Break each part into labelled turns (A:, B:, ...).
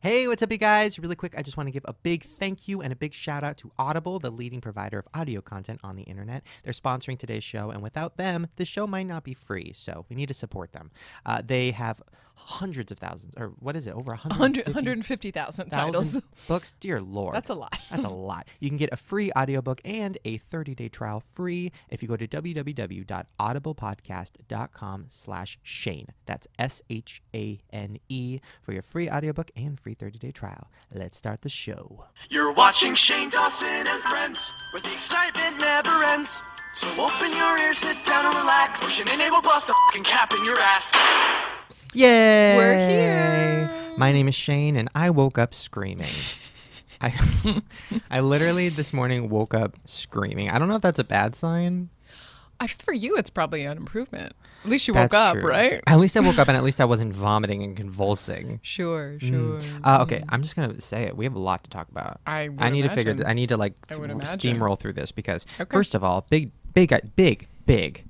A: Hey, what's up, you guys? Really quick, I just want to give a big thank you and a big shout out to Audible, the leading provider of audio content on the internet. They're sponsoring today's show, and without them, the show might not be free. So we need to support them. Uh, they have hundreds of thousands, or what is it, over
B: 100
A: 150,000
B: 150,000 titles.
A: books? Dear Lord.
B: That's a lot.
A: That's a lot. You can get a free audiobook and a 30-day trial free if you go to www.audiblepodcast.com slash Shane. That's S-H-A-N-E E for your free audiobook and free 30-day trial. Let's start the show.
C: You're watching Shane Dawson and friends, where the excitement never ends. So open your ears, sit down and relax. Ocean and will bust a fucking cap in your ass.
A: Yay!
B: here.
A: My name is Shane, and I woke up screaming. I, I literally this morning woke up screaming. I don't know if that's a bad sign.
B: I, for you, it's probably an improvement. At least you
A: That's
B: woke up,
A: true.
B: right?
A: At least I woke up, and at least I wasn't vomiting and convulsing.
B: Sure, sure.
A: Uh, okay, I'm just gonna say it. We have a lot to talk about.
B: Mm-hmm. I would
A: I need to figure.
B: imagine.
A: Th- I need to like
B: I would
A: f-
B: imagine.
A: steamroll through this because
B: Okay.
A: first of all, big, big, uh, big, big,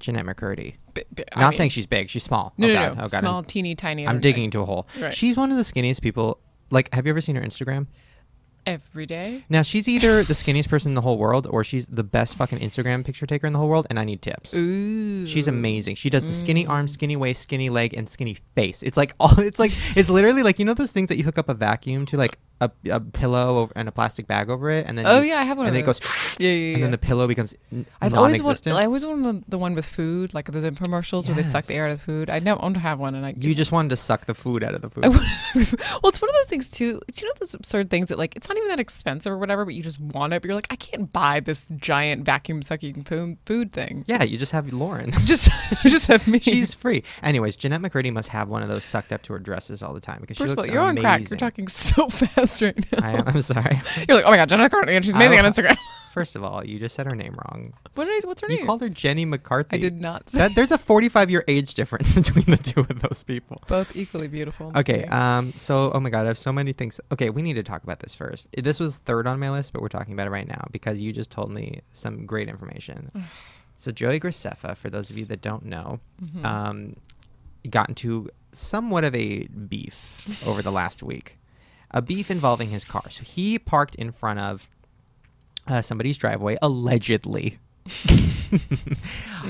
A: Jeanette McCurdy.
B: B- b- I
A: Not
B: mean-
A: saying she's big. She's small.
B: no,
A: oh
B: no,
A: god.
B: no.
A: Oh god.
B: Small,
A: I'm,
B: teeny, tiny.
A: I'm
B: internet.
A: digging into a hole.
B: Right.
A: She's one of the skinniest people. Like, have you ever seen her Instagram?
B: every day.
A: Now she's either the skinniest person in the whole world, or she's the best fucking Instagram picture taker in the whole world, and I need tips.
B: Ooh, Mm.
A: She's amazing. She does the skinny arm, skinny waist, skinny leg, and skinny face. It's like all. It's like it's literally like you know those things that you hook up a vacuum to like a, a pillow over, and a plastic bag over it, and then
B: Oh,
A: you-
B: yeah, I have one
A: And then
B: of
A: it
B: those.
A: goes,
B: Yeah, yeah,
A: and then
B: yeah.
A: the pillow becomes n-
B: I've always wanted.
A: non-existent.
B: I always wanted the one with food, like those infomercials where they suck the air out of food. I never want to have one, and I
A: you just wanted to suck the food out of the food.
B: well, it's one of those things too. Do you know those absurd things that like it's not even that expensive or whatever, but you just want it. But you're like, I can't buy this giant vacuum sucking food food thing.
A: yeah, you just have Lauren.
B: Just you just have me.
A: She's free. Anyways, Jeanette McCurdy must have one of those sucked up to her dresses all the time because
B: First
A: she
B: of all,
A: looks
B: you're on
A: amazing.
B: crack. You're talking so fast right now.
A: I am, I'm sorry.
B: You're like, oh my god, Jenna Courtney, and she's
A: I
B: amazing on
A: love-
B: Instagram.
A: First of all, you just said her name wrong.
B: what is, what's her
A: You
B: name?
A: called her Jenny McCarthy.
B: I did not say
A: That, there's a 45 year age difference between the two of those people.
B: both equally beautiful.
A: Okay. Um. So, oh my God, I have so many things. Okay, we need to talk about this first. This was third on my list, but we're talking about it right now because you just told me some great information. so, Joey Graceffa, for those of you that don't know, um, got into somewhat of a beef over the last week. A beef involving his car. So he parked in front of uh, somebody's driveway, allegedly.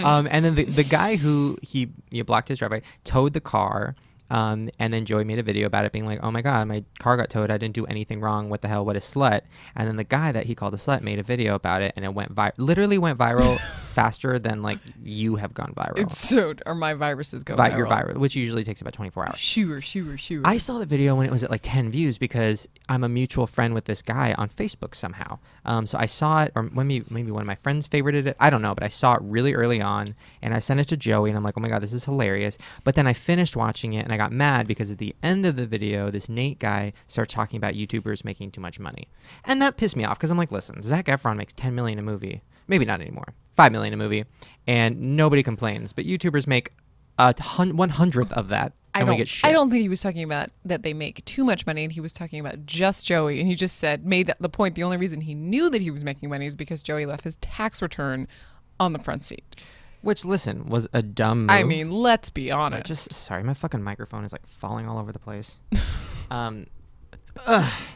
A: um, and then the, the guy who he, he blocked his driveway towed the car. Um, and then Joey made a video about it being like, oh my God, my car got towed. I didn't do anything wrong. What the hell? What a slut. And then the guy that he called a slut made a video about it and it went viral, literally went viral faster than like you have gone viral.
B: it's so or my viruses go
A: Vi-
B: viral.
A: Your viral, which usually takes about 24 hours.
B: Sure, sure, sure.
A: I saw the video when it was at like 10 views because I'm a mutual friend with this guy on Facebook somehow. Um, so I saw it, or maybe, maybe one of my friends favorited it. I don't know, but I saw it really early on and I sent it to Joey and I'm like, oh my God, this is hilarious. But then I finished watching it and I got mad because at the end of the video, this Nate guy starts talking about YouTubers making too much money. And that pissed me off because I'm like, listen, Zach Efron makes 10 million a movie. Maybe not anymore. 5 million a movie. And nobody complains, but YouTubers make a hun- one hundredth of that.
B: I
A: and
B: don't,
A: we get shit.
B: I don't think he was talking about that they make too much money, and he was talking about just Joey. And he just said made that the point. The only reason he knew that he was making money is because Joey left his tax return on the front seat.
A: Which, listen, was a dumb. Move.
B: I mean, let's be
A: I
B: honest.
A: just sorry, my fucking microphone is like falling all over the place. um,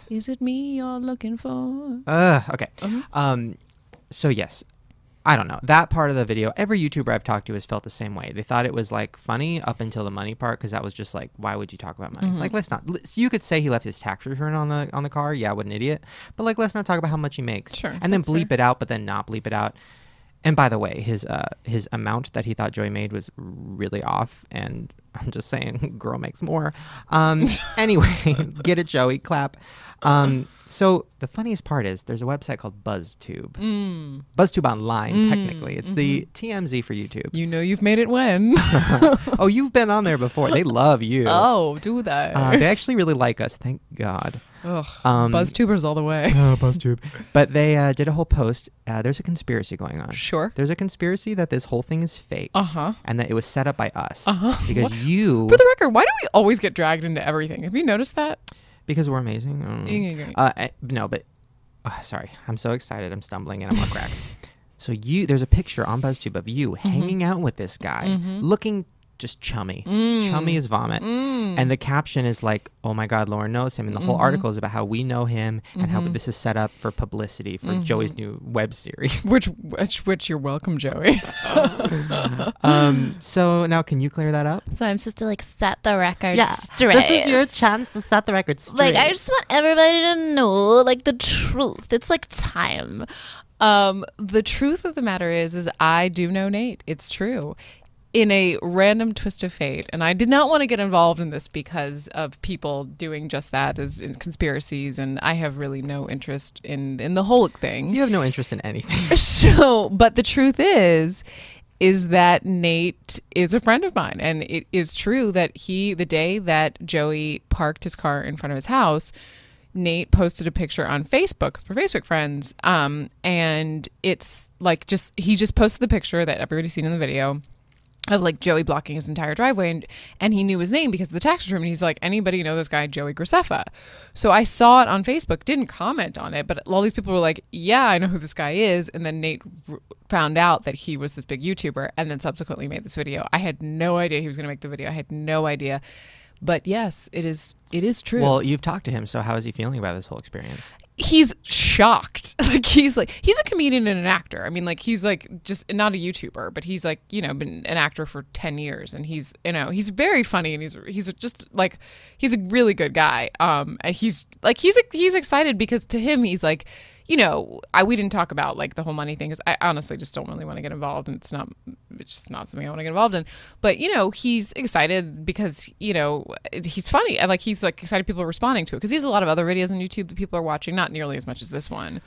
B: is it me you're looking for?
A: ugh, okay. Um, so yes, I don't know that part of the video. Every YouTuber I've talked to has felt the same way. They thought it was like funny up until the money part because that was just like, why would you talk about
B: Mm-hmm.
A: money? Like, let's not. let you could say he left his tax return on the on the car. Yeah, what an idiot. But like, let's not talk about how much he makes.
B: Sure,
A: And then
B: that's
A: bleep it out, but then not bleep it out. And by the way, his uh his amount that he thought Joey made was really off, and I'm just saying, girl makes more. Um, anyway, get it, Joey, clap. Um, so the funniest part is there's a website called BuzzTube, BuzzTube Online.
B: Mm,
A: Technically, it's
B: mm-hmm.
A: the TMZ for YouTube.
B: You know you've made it when.
A: oh, you've been on there before. They love you.
B: oh, do that.
A: Uh, they actually really like us. Thank God.
B: Ugh,
A: Um,
B: BuzzTubers all the way.
A: Oh, BuzzTube. But they uh, did a whole post. Uh, there's a conspiracy going on.
B: Sure.
A: There's a conspiracy that this whole thing is fake.
B: Uh huh.
A: And that it was set up by us. Because you.
B: For Uh-huh. the record, why do we always get dragged into everything? Have you noticed that?
A: because we're amazing. I don't know.
B: Yeah, yeah, yeah.
A: Uh, eh, no, but. ah, sorry. I'm so excited. I'm stumbling and I'm on Mm-hmm. crack. So you. There's a picture on BuzzTube of you hanging out with this guy, looking just chummy. Chummy is vomit. And the caption is like, oh my God, Lauren knows him. And the whole article is about how we know him and how this is set up for publicity for Joey's new web series.
B: Which, which, which, you're welcome, Joey.
A: um, so now, can you clear that up?
D: So I'm supposed to like set the record straight.
A: This is your chance to set the record straight.
D: Like I just want everybody to know like the truth. It's like time.
B: Um, the truth of the matter is, is I do know Nate. It's true. In a random twist of fate, and I did not want to get involved in this because of people doing just that as in conspiracies, and I have really no interest in in the whole thing.
A: you have no interest in anything.
B: So, but the truth is, is that Nate is a friend of mine, and it is true that he, the day that Joey parked his car in front of his house, Nate posted a picture on Facebook 'cause we're Facebook friends, um, and it's like just he just posted the picture that everybody's seen in the video of like Joey blocking his entire driveway and and he knew his name because of the tax return and he's like anybody know this guy Joey Graceffa. So I saw it on Facebook, didn't comment on it, but all these people were like, "Yeah, I know who this guy is." And then Nate r- found out that he was this big YouTuber and then subsequently made this video. I had no idea he was going to make the video. I had no idea. But yes, it is it is true
A: well, you've talked to him, so how is he feeling about this whole experience?
B: he's shocked. Like he's like he's a comedian and an actor. I mean, like he's like just not a YouTuber, but he's like you know been an actor for ten years, and he's you know he's very funny and he's he's just like he's a really good guy. Um, and he's like he's he's excited because to him he's like you know, I we didn't talk about like the whole money thing because I honestly just don't really want to get involved, and it's not, it's just not something I want to get involved in. But you know, he's excited because you know he's funny, and like he's like excited people are responding to it because he has a lot of other videos on YouTube that people are watching, not nearly as much as this one.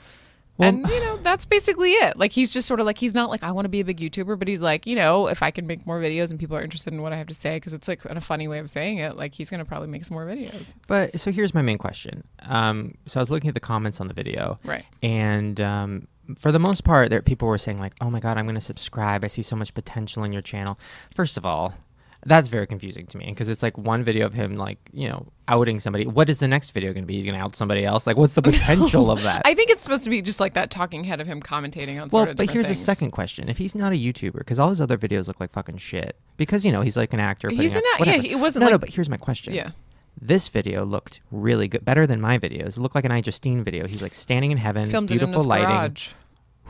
B: and you know that's basically it. Like he's just sort of like he's not like I want to be a big YouTuber, but he's like you know if I can make more videos and people are interested in what I have to say because it's like a funny way of saying it, like he's gonna probably make some more videos.
A: But so here's my main question. Um, so I was looking at the comments on the video,
B: Right.
A: And um, for the most part, there people were saying like, "Oh my God, I'm going to subscribe. I see so much potential in your channel." First of all, that's very confusing to me because it's like one video of him like you know outing somebody. What is the next video going to be? He's going to out somebody else. Like, what's the potential of that?
B: I think it's supposed to be just like that talking head of him commentating
A: Uh,
B: on
A: well,
B: sort of
A: but here's
B: different things.
A: a second question: If he's not a YouTuber, because all his other videos look like fucking shit, because you know he's like an actor.
B: He's
A: putting
B: an
A: out-
B: act- yeah,
A: whatever.
B: he- it wasn't
A: No, no.
B: like-
A: But here's my question:
B: Yeah.
A: this video looked really good, better than my videos. It looked like an I Justine video. He's like standing in heaven,
B: Filmed it in
A: beautiful
B: his
A: lighting. Uh-huh.
B: garage.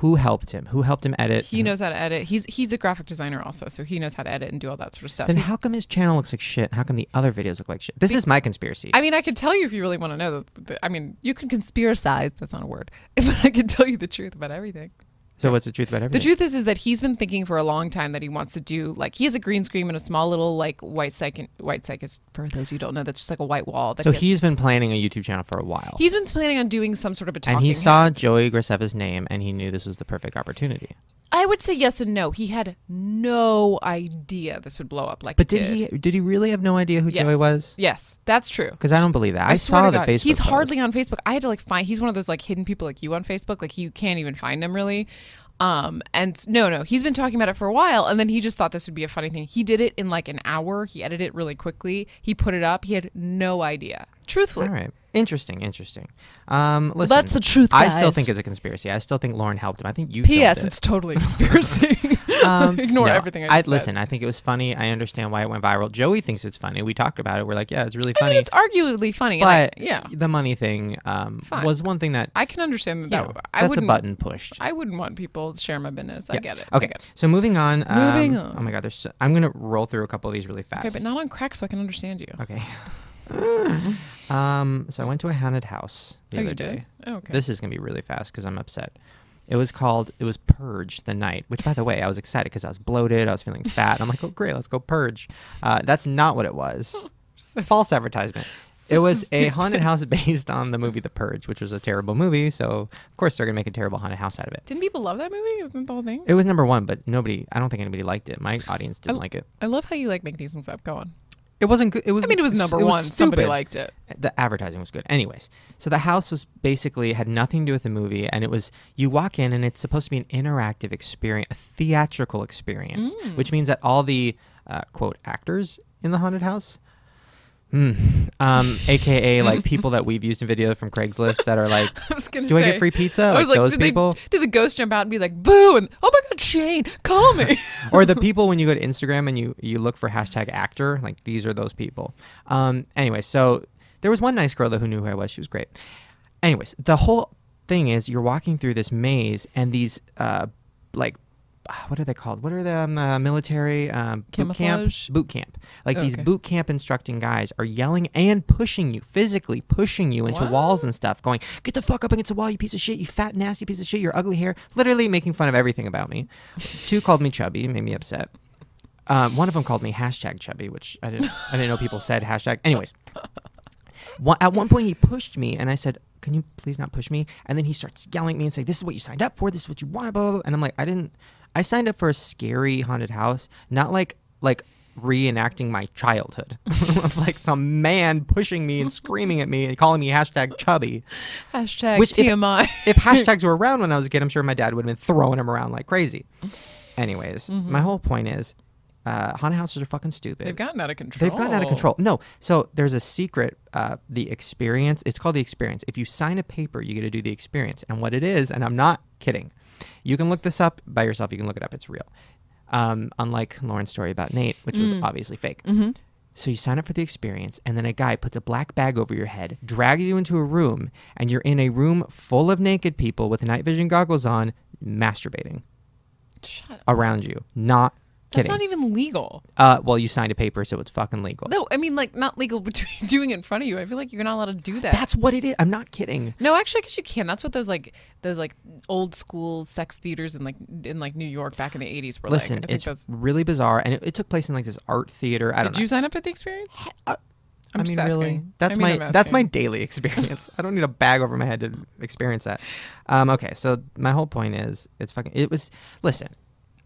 A: Who helped him? Who helped him edit?
B: He knows how to edit. He's he's a graphic designer also, so he knows how to edit and do all that sort of stuff.
A: Then
B: He-
A: how come his channel looks like shit? How come the other videos look like shit? This is my conspiracy.
B: I mean, I could tell you if you really want to know. The, the, I mean, you can conspiracize. That's not a word, but I can tell you the truth about everything.
A: so what's the truth about everything?
B: The truth is, is that he's been thinking for a long time that he wants to do like he has a green screen and a small little like white psych. White psych is for those who don't know. That's just like a white wall. That
A: so
B: he has-
A: he's been planning a YouTube channel for a while.
B: he's been planning on doing some sort of a talking
A: and he
B: head.
A: saw Joey Graceffa's name and he knew this was the perfect opportunity.
B: I would say yes and no. He had no idea this would blow up like
A: But
B: it
A: did, he did he really have no idea who
B: Yes.
A: Joey was?
B: Yes, that's true.
A: Because I don't believe that. I,
B: swear
A: saw
B: to
A: the
B: God,
A: Facebook.
B: He's
A: post.
B: hardly on Facebook. I had to like find. He's one of those like hidden people like you on Facebook. Like you can't even find him really. Um and no no he's been talking about it for a while and then he just thought this would be a funny thing. He did it in like an hour. He edited it really quickly. He put it up. He had no idea. Truthfully,
A: All right. Interesting, interesting. Um, listen,
D: That's the truth,
A: I still
D: guys.
A: think it's a conspiracy. I still think Lauren helped him. I think you. filmed
B: P.S.
A: it.
B: It's totally a conspiracy. Ignore
A: Um, No,
B: everything I just said.
A: listen. I think it was funny. I understand why it went viral. Joey thinks it's funny. We talked about it. We're like, yeah, it's really
B: I
A: funny.
B: mean, it's arguably funny. and I-
A: but
B: yeah,
A: the money thing um,
B: Fine.
A: was one thing that
B: I can understand that.
A: you
B: that
A: know,
B: I
A: that's a
B: wouldn't.
A: button pushed.
B: I wouldn't want people to share my business. I
A: Yeah.
B: get it. I
A: Okay,
B: get it.
A: so moving on. Um,
B: Moving on.
A: Oh my God, there's. So, I'm gonna roll through a couple of these really fast.
B: Okay, but not on crack, so I can understand you.
A: Okay. um, so I went to a haunted house the
B: Oh,
A: other
B: you did?
A: day.
B: Oh, okay.
A: This is gonna be really fast because I'm upset. It was called. It was Purge the Night, which, by the way, I was excited because I was bloated. I was feeling fat. and I'm like, oh great, let's go purge. Uh, that's not what it was. False advertisement. It was a haunted house based on the movie The Purge, which was a terrible movie. So of course they're gonna make a terrible haunted house out of it.
B: Didn't people love that movie? Wasn't that the whole thing?
A: It was number one, but nobody. I don't think anybody liked it. My audience didn't like it.
B: I love how you like make these things up. Go on.
A: It wasn't good. It was.
B: I mean, it was number
A: it
B: one. Somebody
A: stupid.
B: liked it.
A: the advertising was good. Anyways, so the house was basically had nothing to do with the movie, and it was you walk in and it's supposed to be an interactive experience, a theatrical
B: Mm.
A: experience, which means that all the uh, quote actors in the haunted house um, aka like people that we've used in videos from Craigslist that are like,
B: I was gonna
A: "Do you
B: say,
A: want to get free pizza?"
B: I was
A: like,
B: like,
A: those
B: did,
A: people,
B: They, did the ghost jump out and be like, "Boo!" and "Oh my God, Shane, call me."
A: or the people when you go to Instagram and you you look for hashtag actor, like these are those people. Um, anyway, so there was one nice girl though who knew who I was. She was great. Anyways, the whole thing is you're walking through this maze and these uh, like ah, what are they called? What are the um, uh, military um, boot camp?
B: Camouflage?
A: Boot camp. Like these
B: Okay.
A: boot camp instructing guys are yelling and pushing you, physically pushing you into walls and stuff, going, "Get the fuck up against the wall, you piece of shit! You fat nasty piece of shit! Your ugly hair!" Literally making fun of everything about me. Two called me chubby, made me upset. Um, one of them called me hashtag chubby, which I didn't. I didn't know people said hashtag. Anyways, one, at one point he pushed me, and I said, "Can you please not push me?" And then he starts yelling at me and saying, "This is what you signed up for. This is what you wanted." Blah blah. blah. And I'm like, "I didn't. I signed up for a scary haunted house, not like like." reenacting my childhood of like some man pushing me and screaming at me and calling me hashtag chubby
B: Hashtag
A: Which if-
B: TMI.
A: if hashtags were around when I was a kid, I'm sure my dad would have been throwing them around like crazy. Anyways, my whole point is, uh, haunted houses are fucking stupid.
B: They've gotten out of control.
A: They've gotten out of control.
B: Oh.
A: No, so there's a secret. Uh, the experience. It's called the experience. If you sign a paper, you get to do the experience. And what it is, and I'm not kidding, you can look this up by yourself. You can look it up. It's real. Um, unlike Lauren's story about Nate, which
B: Mm.
A: was obviously fake.
B: Mm-hmm.
A: So you sign up for the experience, and then a guy puts a black bag over your head, drags you into a room, and you're in a room full of naked people with night vision goggles on, masturbating
B: Shut up.
A: around you. Not
B: That's
A: kidding.
B: not e- even legal.
A: uh, well, you signed a paper, so it's fucking legal.
B: No, I mean like not legal between doing it in front of you. I feel like you're not allowed to do that.
A: That's what it is. I'm not kidding.
B: no, actually, I guess you can. That's what those like those like old school sex theaters in like in like New York back in the '80s were
A: Listen,
B: like. I think
A: it's
B: that's.
A: really bizarre, and it, it took place in like this art theater. I don't
B: Did
A: know.
B: you sign up for the experience?
A: uh,
B: I'm
A: I mean,
B: just asking.
A: really, that's
B: I mean,
A: my
B: I'm
A: that's my
B: asking.
A: daily experience. I don't need a bag over my head to experience that. Um, okay, so my whole point is, it's fucking. It was. Listen,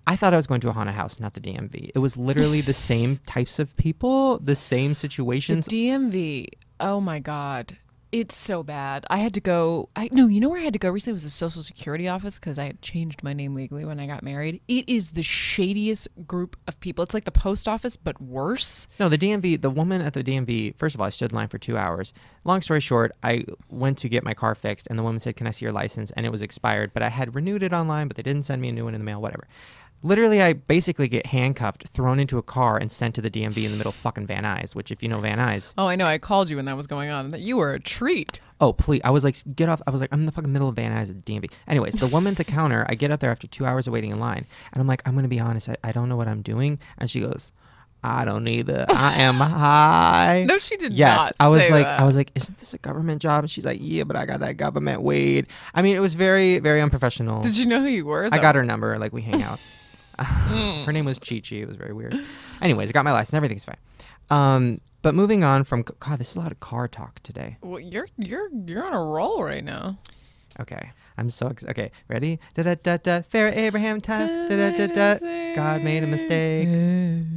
A: I thought I was going to a haunted house, not the DMV. It was literally the same types of people, the same situations.
B: DMV. Oh my God. It's so bad. I had to go. I no, you know where I had to go recently was the Social Security office because I had changed my name legally when I got married. It is the shadiest group of people. It's like the post office but worse.
A: No, the DMV, the woman at the DMV, first of all, I stood in line for two hours. Long story short, I went to get my car fixed, and the woman said, Can I see your license? And it was expired, but I had renewed it online, but they didn't send me a new one in the mail, whatever. Literally, I basically get handcuffed, thrown into a car, and sent to the DMV in the middle of fucking Van Nuys, which, if you know Van Nuys,
B: Oh, I know. I called you when that was going on. and That you were a treat.
A: oh, please. I was like, Get off. I was like, I'm in the fucking middle of Van Nuys at the DMV. Anyways, the woman at the counter, I get up there after two hours of waiting in line, and I'm like, I'm going to be honest, I, I don't know what I'm doing. And she goes, I don't either. I am high.
B: No, she did
A: yes
B: not.
A: i was
B: say
A: like
B: that.
A: i was like isn't this a government job and she's like yeah but i got that government weed i mean it was very very unprofessional
B: Did you know Hmm. who you were? Is
A: i
B: that-
A: got her number like we hang out her name was chi chi it was very weird anyways i got my license everything's fine um but moving on from god this is a lot of car talk today
B: Well, you're you're you're on a roll right now.
A: okay i'm so excited okay ready da da da da Farrah abraham time da da da da god made a mistake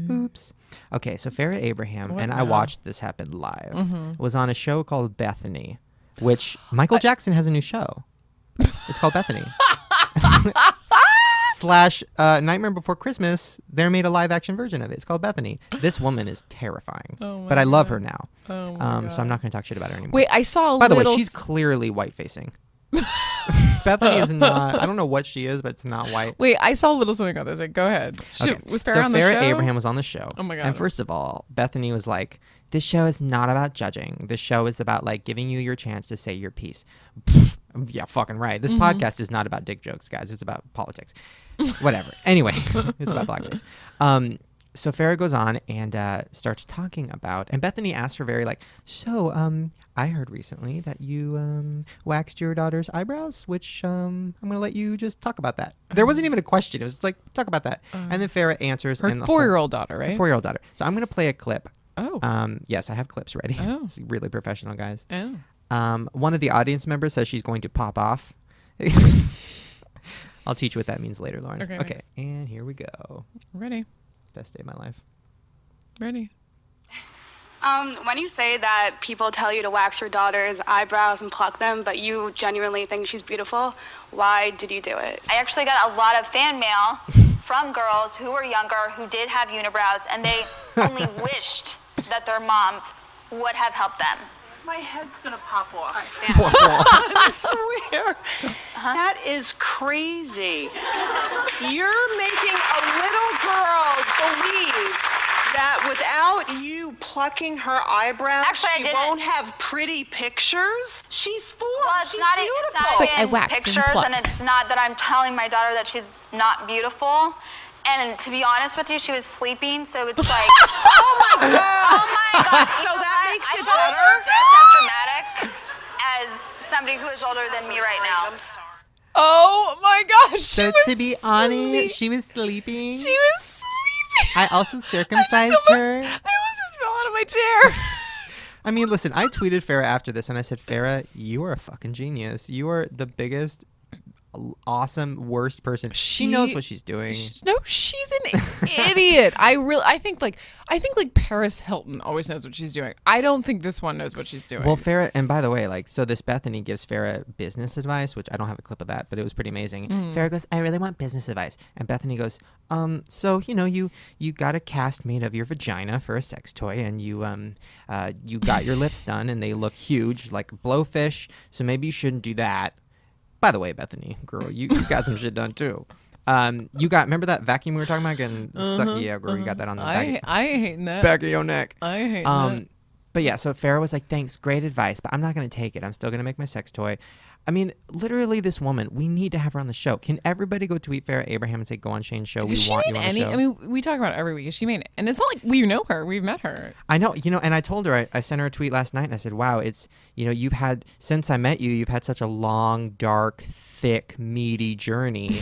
A: Oops. Okay, so Farrah Abraham and I watched this happen live.
B: Mm-hmm.
A: Was on a show called Bethany, which Michael Jackson has a new show. It's called Bethany. Slash uh, Nightmare Before Christmas. They're made a live action version of it. It's called Bethany. This woman is terrifying,
B: Oh
A: but
B: my
A: I love her now.
B: Oh my
A: um, so I'm not going to talk shit about her anymore.
B: Wait, I saw a
A: By the way,
B: little.
A: she's clearly white facing. Bethany is not. I don't know what she is, but it's not white.
B: Wait, I saw a little something on this. Like, go ahead. She,
A: Okay,
B: Was Farrah
A: so
B: on the
A: Farrah
B: show?
A: Abraham was on the show.
B: Oh my
A: And
B: God.
A: first of all, Bethany was like, "This show is not about judging. This show is about like giving you your chance to say your piece." Pfft, yeah, fucking right. This
B: Mm-hmm.
A: podcast is not about dick jokes, guys. It's about politics. Whatever. Anyway, it's about blackface. Um, so Farrah goes on and uh, starts talking about, and Bethany asks her very like, "So, um, I heard recently that you um, waxed your daughter's eyebrows, which um, I'm gonna let you just talk about that." There wasn't even a question; it was just like, "Talk about that," and then Farrah answers. and
B: Um. Uh. Her
A: the whole-
B: four-year-old daughter, right?
A: four-year-old daughter. So I'm gonna play a clip.
B: Oh.
A: Um, yes, I have clips ready.
B: Oh.
A: It's really professional, guys.
B: oh.
A: Um, one of the audience members says she's going to pop off. I'll teach you what that means later, Lauren.
B: Okay,
A: okay.
B: thanks.
A: And here we go.
B: Ready.
A: Best day of my life.
B: Ready.
E: Um, when you say that people tell you to wax your daughter's eyebrows and pluck them, but you genuinely think she's beautiful, why did you do it?
F: I actually got a lot of fan mail from girls who were younger who did have unibrows, and they only wished that their moms would have helped them.
G: My head's gonna pop off.
F: Sam. Uh-huh.
G: I swear. That is crazy. You're making a little girl believe that without you plucking her eyebrows,
F: Actually, I
G: she
F: didn't.
G: won't have pretty pictures. She's four.
F: Well, it's
G: She's
F: not, e-
G: beautiful.
F: it's not
B: She's like,
F: in
B: "I waxed and
F: pictures, and,
B: plucked."
F: it's not that I'm telling my daughter that she's not beautiful. And to be honest with you, she was sleeping, so it's like,
G: oh my god.
F: oh my god.
G: So
F: you know
G: that
F: what?
G: makes
F: I
G: it
F: felt
G: better?
F: Just as dramatic as somebody who is older than me right now.
G: I'm sorry.
B: Oh my gosh. She
H: So
B: was
H: to be
B: sleep-
H: honest, she was sleeping.
B: she was sleeping.
H: I also
B: I
H: circumcised
B: just
H: her.
B: almost, I almost just fell out of my chair.
A: I mean, listen, I tweeted Farah after this and I said, Farah, you are a fucking genius. You are the biggest, l- awesome, worst person. She, knows
B: She-
A: what she's doing.
B: no, she's an idiot. I really, I think like, I think like Paris Hilton always knows what she's doing. I don't think this one knows what she's doing.
A: well, Farah, and by the way, like, so this Bethany gives Farah business advice, which I don't have a clip of that, but it was pretty amazing. Farah goes, I really want business advice. And Bethany goes, um, so, you know, you, you got a cast made of your vagina for a sex toy and you, um, uh, you got your lips done and they look huge, like blowfish. So maybe you shouldn't do that. By the way, Bethany, girl, you, you got some shit done too. Um, you got remember that vacuum we were talking about getting suck- yeah, girl, you got that on the
B: I,
A: back,
B: I hate that.
A: back of your neck.
B: I hate that.
A: Um, but yeah, so Farah was like, "Thanks, great advice, but I'm not gonna take it. I'm still gonna make my sex toy." I mean, literally, this woman. We need to have her on the show. Can everybody go tweet Farah Abraham and say, "Go on Shane's show. We
B: Has she
A: want
B: made
A: you on
B: any?
A: the show."
B: I mean, we talk about it every week. Has she made? And it's not like we know her. We've met her.
A: I know, you know, and I told her, I, I sent her a tweet last night and I said, wow, it's, you know, you've had, since I met you, you've had such a long, dark, thick, meaty journey.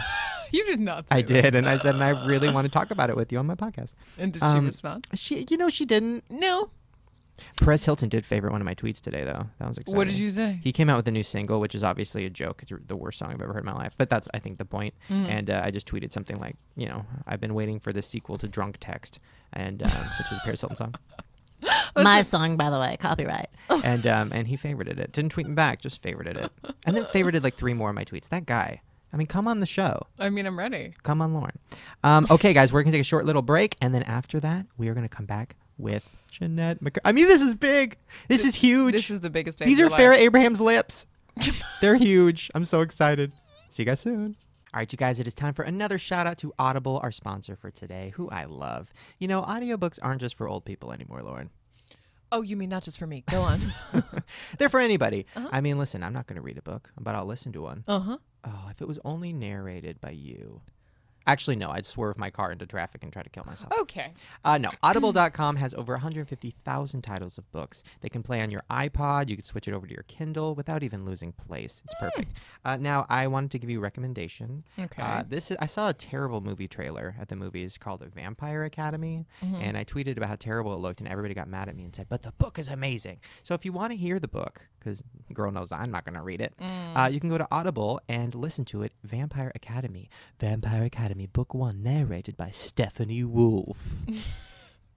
B: You did not. Say
A: I
B: that.
A: did. And I said, and I really want to talk about it with you on my podcast.
B: And did she
A: Um,
B: respond?
A: She, you know, she didn't.
B: No.
A: Perez Hilton did favorite one of my tweets today, though. That was exciting.
B: What did you say?
A: He came out with a new single, which is obviously a joke. It's the worst song I've ever heard in my life, but that's I think the point.
B: Mm.
A: And uh, I just tweeted something like, you know, I've been waiting for the sequel to Drunk Text, and um, which was a Paris Hilton song.
D: My song, by the way, copyright.
A: and um, and he favorited it. Didn't tweet me back, just favorited it, and then favorited like three more of my tweets. That guy. I mean, come on the show.
B: I mean, I'm ready.
A: Come on, Lauren. Um, okay, guys, we're gonna take a short little break, and then after that, we are gonna come back with Jeanette. McC- I mean, this is big. This is huge.
B: This is the biggest day.
A: These
B: of
A: are
B: your
A: Farrah
B: life.
A: Abraham's lips. They're huge. I'm so excited. See you guys soon. All right, you guys, it is time for another shout out to Audible, our sponsor for today, who I love. You know, audiobooks aren't just for old people anymore, Lauren.
B: Oh, you mean not just for me? Go on.
A: They're for anybody. I mean, listen, I'm not going to read a book, but I'll listen to one.
B: uh huh.
A: Oh, if it was only narrated by you. Actually, no, I'd swerve my car into traffic and try to kill myself.
B: Okay.
A: Uh, no, audible.com has over 150,000 titles of books. They can play on your iPod. You can switch it over to your Kindle without even losing place. It's perfect. Uh, now, I wanted to give you a recommendation.
B: Okay.
A: Uh, this is, I saw a terrible movie trailer at the movies called The Vampire Academy, and I tweeted about how terrible it looked, and everybody got mad at me and said, But the book is amazing. So if you want to hear the book, because girl knows I'm not going to read it, uh, you can go to Audible and listen to it Vampire Academy. Vampire Academy, Book One, narrated by Stephanie Wolfe.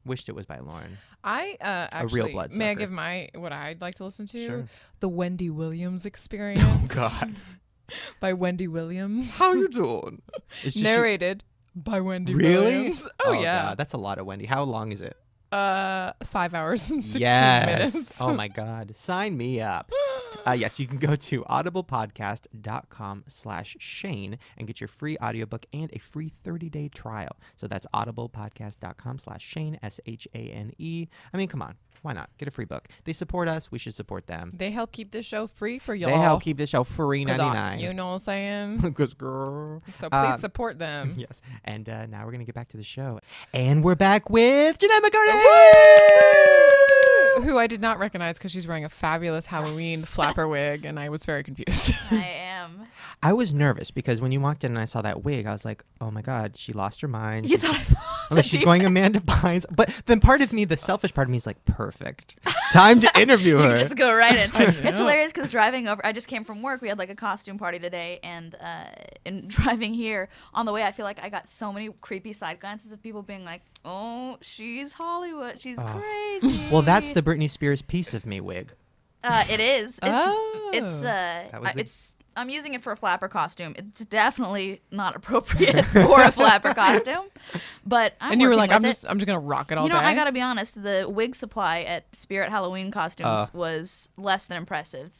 A: Wished it was by Lauren.
B: I uh,
A: A
B: actually
A: real blood
B: may I
A: sucker.
B: give my what I'd like to listen to?
A: Sure.
B: The Wendy Williams Experience. Oh God. by Wendy Williams.
A: How you doing? It's just she-
B: Narrated by Wendy
A: really?
B: Williams. Oh, yeah.
A: God, that's a lot of Wendy. How long is it?
B: Uh, five hours and sixteen
A: yes.
B: minutes.
A: oh my God. Sign me up. Uh, yes, you can go to audiblepodcast.com slash Shane and get your free audiobook and a free 30-day trial. So that's audiblepodcast.com slash Shane, S-H-A-N-E. E. I mean, come on. Why not? Get a free book. They support us. We should support them.
B: They help keep this show free for y'all.
A: They help keep this show free
B: 'Cause, uh,
A: 99.
B: You know what I'm saying?
A: Because girl.
B: So please
A: Uh,
B: support them.
A: Yes. And uh, now we're going to get back to the show. And we're back with Jeanette McCartney.
B: Who I did not recognize because she's wearing a fabulous Halloween flapper wig, and I was very confused.
H: I am.
A: I was nervous because when you walked in and I saw that wig, I was like, oh my God, she lost her mind.
H: You
A: She's-
H: thought
A: I'm like, she's going Amanda Bynes. But then part of me, the selfish part of me is like, perfect. Time to interview
H: You
A: her.
H: just go right in. it's hilarious because driving over, I just came from work. We had like a costume party today, and uh, in driving here on the way, I feel like I got so many creepy side glances of people being like, "Oh, she's Hollywood. She's
B: Ah.
H: crazy."
A: well, that's the Britney Spears piece of me wig.
H: Uh, it is. It's,
B: Oh.
H: it's uh,
A: That was
H: I-
A: the-
H: it's I'm using it for a flapper costume. It's definitely not appropriate for a flapper costume, but I'm
B: and you were
H: working
B: like,
H: with
B: I'm
H: it.
B: just, I'm just gonna rock it all
H: You know,
B: day.
H: I gotta be honest. The wig supply at Spirit Halloween costumes
A: Uh.
H: was less than impressive.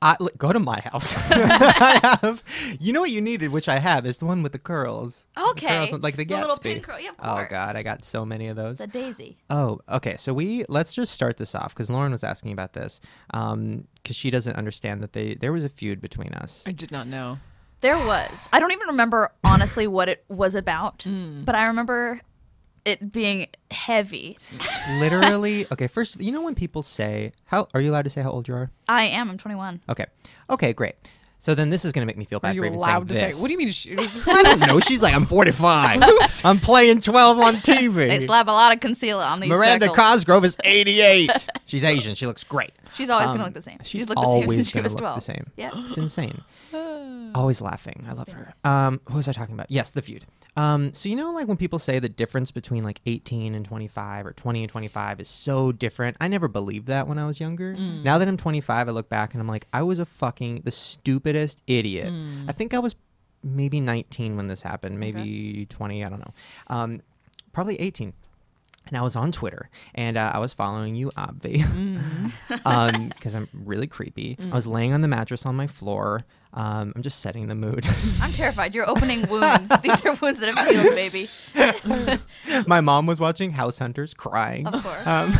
A: I, l- go to my house. I have, you know what you needed, which I have, is the one with the curls. The curls
H: Okay.
A: and- like the,
H: The little pin
A: Gatsby.
H: curl- yeah, of
A: Oh god,
H: course.
A: I got so many of those.
H: The daisy.
A: Oh, okay. So we let's just start this off because Lauren was asking about this because she doesn't understand that they there was a feud between us.
B: I did not know.
H: There was. I don't even remember honestly what it was about, but I remember it being heavy.
A: Literally, okay. First, you know when people say, "How are you allowed to say how old you are?"
H: I am. I'm 21.
A: Okay, okay, great. So then this is gonna make me feel bad.
B: Are you
A: for even
B: allowed to
A: saying
B: say? What do you mean? She,
A: I don't know. She's like, I'm 45. I'm playing 12 on TV.
H: They slap a lot of concealer on these
A: Miranda
H: circles.
A: Cosgrove is 88. She's Asian. She looks great.
H: She's always
A: Um,
H: gonna look the same.
A: She's
H: She's looked the same
A: always
H: since she
A: gonna
H: was
A: look
H: 12.
A: the same.
H: Yeah. Oh.
A: It's insane. always laughing. I love her. Um, what was I talking about? Yes, the feud. Um, so you know, like when people say the difference between like 18 and 25 or 20 and 25 is so different. I never believed that when I was younger.
H: Mm.
A: Now that I'm 25, I look back and I'm like, I was a fucking the stupidest idiot.
H: Mm.
A: I think I was maybe 19 when this happened, maybe 20. I don't know. Um, probably 18 and I was on Twitter and uh, I was following you, obvi,
H: Mm-hmm.
A: because I'm really creepy. I was laying on the mattress on my floor. Um, I'm just setting the mood.
H: I'm terrified. You're opening wounds. these are wounds that have healed, baby.
A: my mom was watching House Hunters, crying.
H: Of course,
A: Um,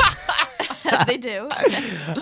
H: as they do.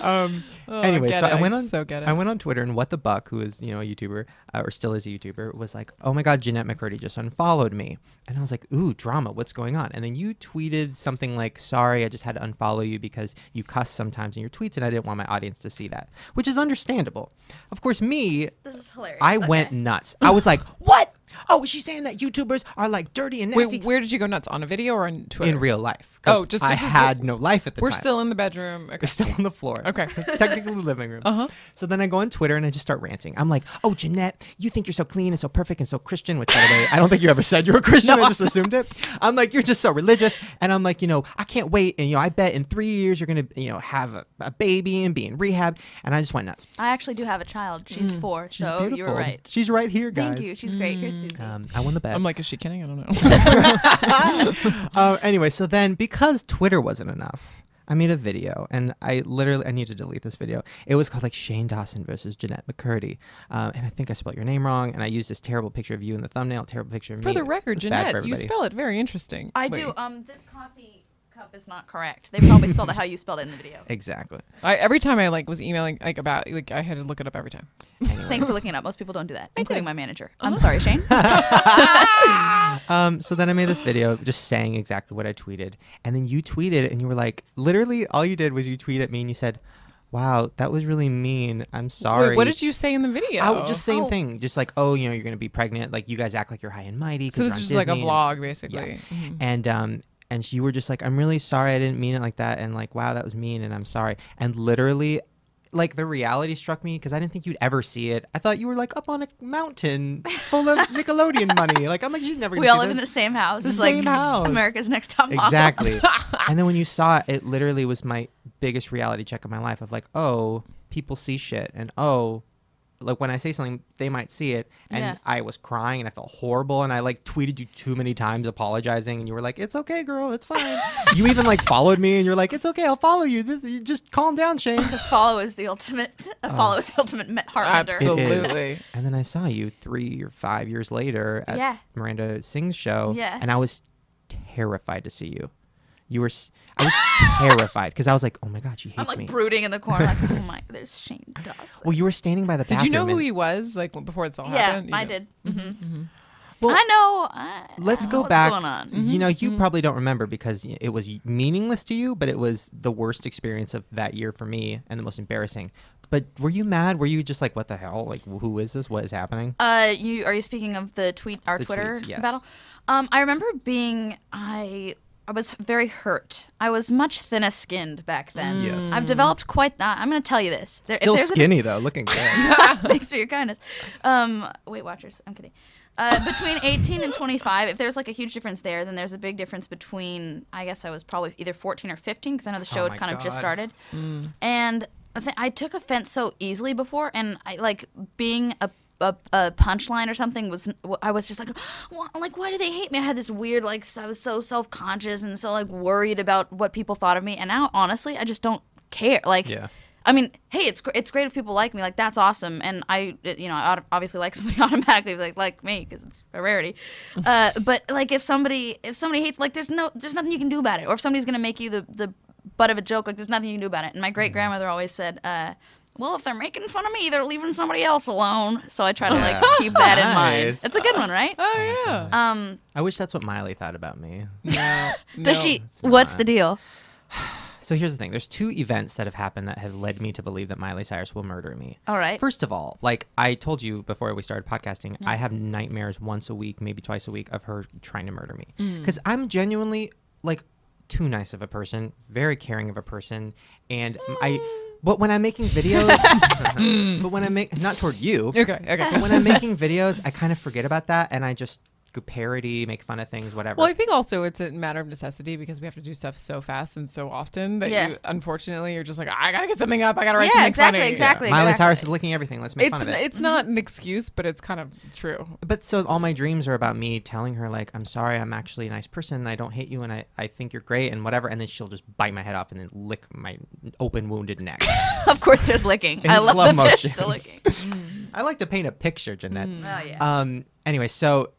A: um,
B: Oh,
A: anyway,
B: get
A: so
B: it.
A: I went on.
B: so get it.
A: I went on Twitter and what the buck, who is you know a YouTuber uh, or still is a YouTuber, was like, "Oh my God, Jeanette McCurdy just unfollowed me," and I was like, "Ooh, drama, what's going on?" And then you tweeted something like, "Sorry, I just had to unfollow you because you cuss sometimes in your tweets, and I didn't want my audience to see that," which is understandable. Of course, me,
H: This is hilarious.
A: I went nuts. I was like, "What? Oh, is she saying that YouTubers are like dirty and nasty?"
B: Wait, where did you go nuts? On a video or on Twitter?
A: in real life. 'cause
B: Oh, just
A: I
B: this is-
A: had no life at the
B: We're
A: time.
B: still in the bedroom. Okay.
A: It's still on the floor.
B: Okay.
A: It's technically the living room. Uh-huh. So then I go on Twitter and I just start ranting. I'm like, oh, Jeanette, you think you're so clean and so perfect and so Christian, which by the way, I don't think you ever said you were Christian. I just assumed it. I'm like, you're just so religious. And I'm like, you know, I can't wait. And, you know, I bet in three years you're going to, you know, have a, a baby and be in rehab. And I just went nuts.
H: I actually do have a child. She's four,
A: Mm. She's
H: so
A: beautiful.
H: you were right.
A: She's right here, guys.
H: Thank you. She's great. Here's Susie.
A: Um, I won the bet.
B: I'm like, is she kidding? I don't know.
A: uh, anyway, so then because Twitter wasn't enough, I made a video, and I literally I need to delete this video. It was called like Shane Dawson versus Jeanette McCurdy, um, and I think I spelled your name wrong, and I used this terrible picture of you in the thumbnail, terrible picture of
B: for
A: me.
B: the record,
A: It's bad for
B: Jeanette, you
A: everybody.
B: spell it very interesting.
H: I
B: Wait.
H: do. Um, this coffee cup is not correct. They probably spelled it how you spelled it in the video.
A: exactly.
B: I, every time I like was emailing like about like I had to look it up every time.
H: Thanks for looking it up. Most people don't do that, including my manager.
A: Uh-huh.
H: I'm sorry, Shane.
A: Um, so then I made this video just saying exactly what I tweeted, and then you tweeted, and you were like, literally, all you did was you tweeted at me, and you said, "Wow, that was really mean. I'm sorry."
B: Wait, what did you say in the video?
A: I would just same thing, just like oh, you know, you're gonna be pregnant. Like you guys act like you're high and mighty. 'cause
B: So this
A: you're
B: is
A: on
B: just like a
A: Disney and-
B: vlog, basically.
A: Yeah.
H: Mm-hmm.
A: And um and you were just like, I'm really sorry I didn't mean it like that and like wow that was mean and I'm sorry. And literally like the reality struck me because I didn't think you'd ever see it. I thought you were like up on a mountain full of Nickelodeon money. Like I'm like she's never gonna
H: we all
A: see
H: live in the
A: this."
H: same house.
A: The
H: it's
A: same
H: like
A: house.
H: America's Next Top Model.
A: Exactly. and then when you saw it, it literally was my biggest reality check of my life of like, oh, people see shit and oh like when I say something, they might see it. And
H: Yeah.
A: I was crying and I felt horrible and I like tweeted you too many times apologizing and you were like, It's okay, girl, it's fine. you even like followed me and you're like, It's okay, I'll follow you. This, you just calm down, Shane.
H: Because follow is the ultimate. Uh, follow is the ultimate me-
A: It
H: heartlander.
A: is.
B: Absolutely.
A: And then I saw you three or five years later at
H: Yeah.
A: Miranda Singh's show.
H: Yes.
A: And I was terrified to see you. You were, s- I was terrified because I was like, oh my God, she hates
H: I'm like
A: me.
H: brooding in the corner, like, oh my, there's Shane Dawson.
A: well, you were standing by the
B: Did
A: bathroom.
B: you know who
A: and-
B: he was like w- before this all
H: yeah,
B: happened? You
H: I
B: know.
H: did. hmm
A: Mm-hmm, Well,
H: I know. I,
A: Let's
H: I know
A: go
H: what's
A: back. Mm.
H: Going on. Mm-hmm.
A: You know, you probably don't remember because y- it was meaningless to you, but it was the worst experience of that year for me and the most embarrassing. But were you mad? Were you just like, what the hell? Like, who is this? What is happening?
H: Uh, you are you speaking of the tweet our
A: The
H: Twitter
A: tweets, yes.
H: battle? Um, I remember being I I was very hurt. I was much thinner skinned back then.
A: Mm. Yes.
H: I've developed quite. Uh, I'm going to tell you this. There, if
A: Still
H: there's an-
A: skinny though, looking good.
H: Thanks for your kindness. Um, Weight Watchers. I'm kidding. Uh, between 18 and 25, if there's like a huge difference there, then there's a big difference between. I guess I was probably either 14 or 15 because I know the show
A: Oh my Mm.
H: had kind of just
A: God.
H: started, and the thing, I took offense so easily before, and I like being a a, a punchline or something was I was just like, "Wha- like why do they hate me? I had this weird like s- I was so self conscious and so like worried about what people thought of me, and now honestly I just don't care. Like,
A: Yeah.
H: I mean, hey, it's gr- it's great if people like me, like that's awesome, and I it- you know I auto- obviously like somebody automatically like like me because it's a rarity, uh, but like if somebody if somebody hates like there's no there's nothing you can do about it, or if somebody's gonna make you the the butt of a joke. Like there's nothing you can do about it. And my
A: Mm-hmm.
H: great grandmother always said, uh, "Well, if they're making fun of me, they're leaving somebody else alone." So I try to like
A: Yeah.
H: keep that in mind.
A: Nice.
H: It's a good one, right?
B: Oh yeah.
H: Um,
A: I wish that's what Miley thought about me.
H: does
B: No.
H: she? What's
A: not.
H: the deal?
A: So here's the thing. There's two events that have happened that have led me to believe that Miley Cyrus will murder me.
H: All right.
A: First of all, like I told you before we started podcasting, I have nightmares once a week, maybe twice a week, of her trying to murder me. Because I'm genuinely like too nice of a person, very caring of a person, and I. But when I'm making videos, but when I make not toward you,
B: Okay. Okay.
A: but when I'm making videos, I kind of forget about that, and I just go parody, make fun of things, whatever.
B: Well, I think also it's a matter of necessity because we have to do stuff so fast and so often that
H: Yeah.
B: you, unfortunately, you're just like, I gotta get something up. I gotta write
H: Yeah,
B: something
H: exactly,
B: funny.
H: exactly.
A: Miley Cyrus is licking everything. Let's make
B: It's
A: fun of it.
B: it's not an excuse, but it's kind of true.
A: But so all my dreams are about me telling her like I'm sorry, I'm actually a nice person, and I don't hate you, and I, I think you're great, and whatever, and then she'll just bite my head off and then lick my open wounded neck.
H: Of course, there's licking.
A: In
H: I love
A: slow
H: that there's
A: motion.
H: still licking.
A: I like to paint a picture, Jeanette.
H: Oh yeah.
A: Um. Anyway, so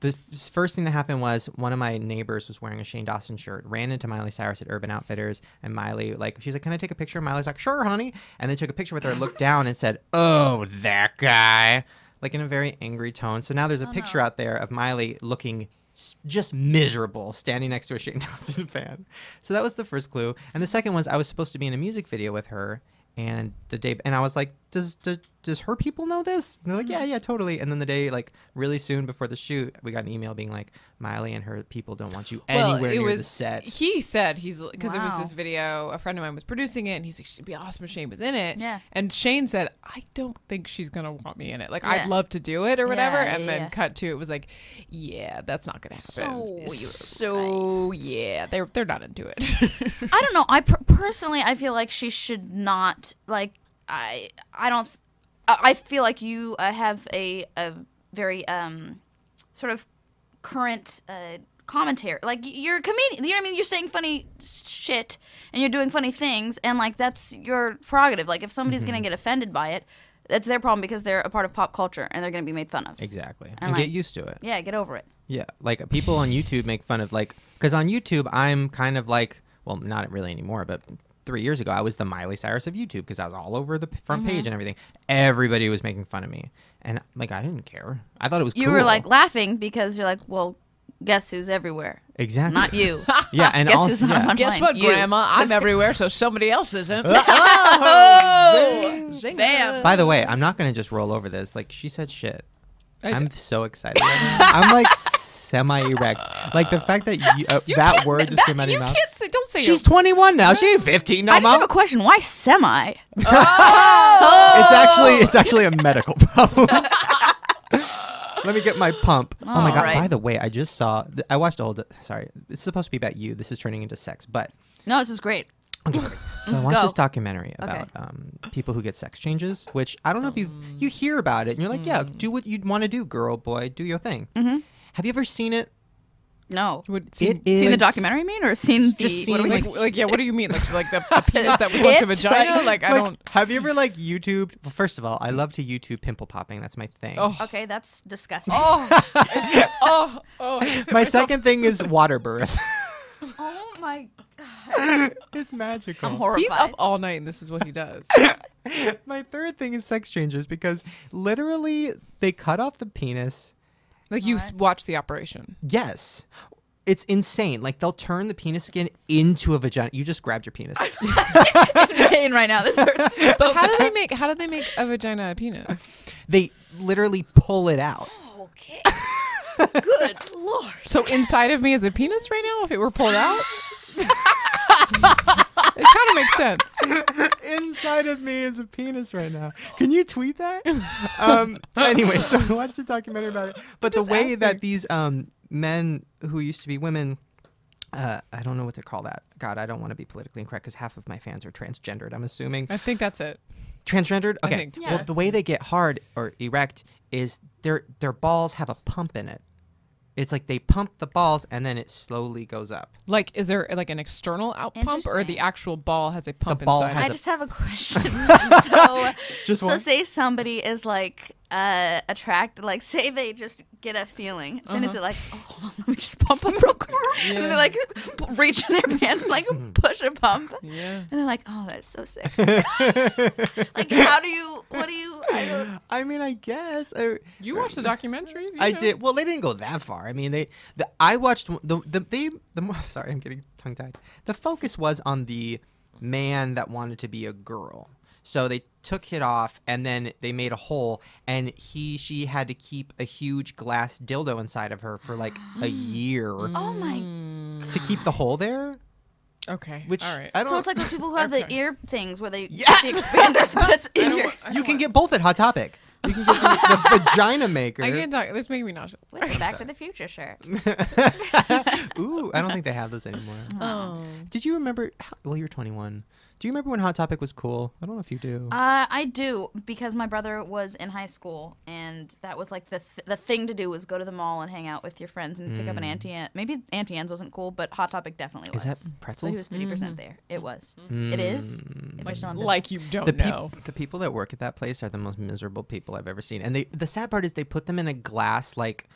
A: the f- first thing that happened was one of my neighbors was wearing a Shane Dawson shirt, ran into Miley Cyrus at Urban Outfitters, and Miley like she's like, "Can I take a picture?" Miley's like, "Sure, honey," and they took a picture with her, looked down, and said, "Oh, that guy," like in a very angry tone. So now there's
H: Oh,
A: a picture out there of Miley looking. s- Just miserable standing next to a Shane Dawson fan. So that was the first clue. And the second was I was supposed to be in a music video with her, and the day and i was like does does, does her people know this and they're
H: Mm.
A: like yeah yeah totally and then the day like really soon before the shoot we got an email being like miley and her people don't want you anywhere near the set
B: He said he's because it was
H: Wow.
B: this video. A friend of mine was producing it, and he's like, "She'd be awesome if Shane was in it."
H: Yeah.
B: And Shane said, "I don't think she's gonna want me in it. Like,
H: Yeah.
B: I'd love to do it or whatever."
H: Yeah,
B: and
H: yeah,
B: then
H: yeah.
B: cut to it was like, "Yeah, that's not gonna happen."
H: So you're
B: So, yeah, they're they're not into it.
H: I don't know. I per- personally, I feel like she should not like. I I don't. I, I feel like you uh, have a a very um sort of current uh commentary. Like y- you're a comedian. You know what I mean? You're saying funny shit and you're doing funny things, and like that's your prerogative. Like if somebody's gonna get offended by it, that's their problem because they're a part of pop culture and they're gonna be made fun of.
A: exactly
H: I'm
A: and
H: like-
A: get used to it
H: Yeah, get over it.
A: yeah like people on youtube make fun of like because on youtube i'm kind of like well not really anymore but three years ago i was the miley cyrus of youtube because i was all over the p- front
H: Mm-hmm.
A: page and everything everybody was making fun of me and like i didn't care i thought it was
H: You
A: cool.
H: were like laughing because you're like, well, guess who's everywhere?
A: exactly
H: Not you.
A: yeah and
H: Guess
A: also
H: who's not
A: yeah.
H: on
B: Guess
H: Fine,
B: what,
H: you.
B: Grandma? I'm everywhere, so somebody else isn't.
A: Oh,
B: Zing.
H: Bam.
A: By the way, I'm not gonna just roll over this. Like she said, shit. I am so excited. right now. I'm like semi erect. Like the fact that you, uh, that word just came out of
B: you
A: your mouth.
B: can't say. Don't say
A: She's 21 now. She ain't 15 no
H: I just
A: more.
H: have a question. Why semi?
A: It's actually it's actually a medical problem. Let me get my pump. Oh, my god!
H: Alright.
A: By the way, I just saw. I watched all. the- Sorry, it's supposed to be about you. This is turning into sex, but
H: No, this is great.
A: Okay, perfect. so I
H: Let's
A: watched
H: go.
A: this documentary about
H: Okay.
A: um, people who get sex changes, which I don't know if you you hear about it and you're like, yeah,
H: Mm.
A: do what you'd want to do, girl, boy, do your thing. Have you ever seen it?
H: No.
B: Would
A: It
B: seem-
A: is
H: Mm-hmm. Seen the documentary, you mean, or seen
A: Just
H: the?
A: seen-
H: what do we-
B: like, like, yeah, what do you mean? Like, like the, the penis that was once a
H: It's
B: vagina?
H: like-
B: Like, I
A: Like,
B: don't.
A: Have you ever like YouTube? Well, first of all, I love to YouTube pimple popping. That's my thing.
B: Oh,
H: Okay, that's disgusting.
B: Oh, it's- oh, oh! I just hit
A: my
B: myself.
A: second thing is water birth.
H: Oh my!
A: it's magical.
H: I'm horrified.
B: He's up all night, and this is what he does.
A: My third thing is sex changes because literally they cut off the penis
B: Like you s- watch the operation.
A: Yes. It's insane. Like they'll turn the penis skin into a vagina. You just grabbed your penis.
H: in pain right now. This hurts. so
B: But how do
H: bad.
B: they make? How do they make a vagina a penis?
A: they literally pull it out.
H: Okay. Good lord.
B: So inside of me is a penis right now. If it were pulled out, it kind of makes sense.
A: Inside of me is a penis right now. Can you tweet that? um, anyway, so I watched a documentary about it. But the
B: just
A: way that
B: asking.
A: these um, men who used to be women uh, I don't know what they call that. God, I don't want to be politically incorrect because half of my fans are transgendered. I'm assuming
B: I think that's it.
A: transgendered. Okay.
B: think-
A: Well, the way they get hard or erect is their their balls have a pump in it. It's like they pump the balls and then it slowly goes up.
B: Like, is there like an external out pump, or the
H: Interesting.
B: actual ball has a pump
A: ball
B: inside?
A: has
H: I
A: a-
H: just have a question. so,
A: Just
H: so
A: one?
H: say somebody is like uh, attracted, like say they just get a feeling, then
A: Uh-huh.
H: is it like, oh, hold on, let me just pump up real quick, and then they like p- reach in their pants and like push a pump,
B: yeah.
H: and they're like, oh, that's so sexy. like, how do you? What do you? I don't,
A: I mean, I guess. I,
B: You watch the documentaries? you
A: I
B: know.
A: did. Well, they didn't go that far. I mean, they. The, I watched w- the the they the. mo- Sorry, I'm getting tongue tied. The focus was on the man that wanted to be a girl. So they took it off, and then they made a hole, and he she had to keep a huge glass dildo inside of her for like a year
H: oh my!
A: to keep the hole there.
B: Okay.
A: Which
B: all right.
A: I don't.
H: So it's like those people who have the
B: Okay.
H: ear things where they
A: Yeah.
H: get the expanders, but it's in your.
A: you can get both at Hot Topic. You can get the, the vagina maker.
B: I can't talk. This making me nauseous.
H: With the Back to the Future shirt.
A: Ooh, I don't think they have those anymore.
B: Oh.
A: Did you remember? how- Well, you're 21. Do you remember when Hot Topic was cool? I don't know if you do.
H: Uh, I do because my brother was in high school, and that was like the th- the thing to do was go to the mall and hang out with your friends and pick up an Auntie Anne. Maybe Auntie Anne's wasn't cool, but Hot Topic definitely
A: Hmm. Is
H: was.
A: that
H: So
A: pretzels? Hmm.
H: he was fifty percent there. It was. It is. If they're still in business.
B: Like you don't
A: the, peop-
B: know.
A: the people that work at that place are the most miserable people I've ever seen. And they the sad part is they put them in a glass like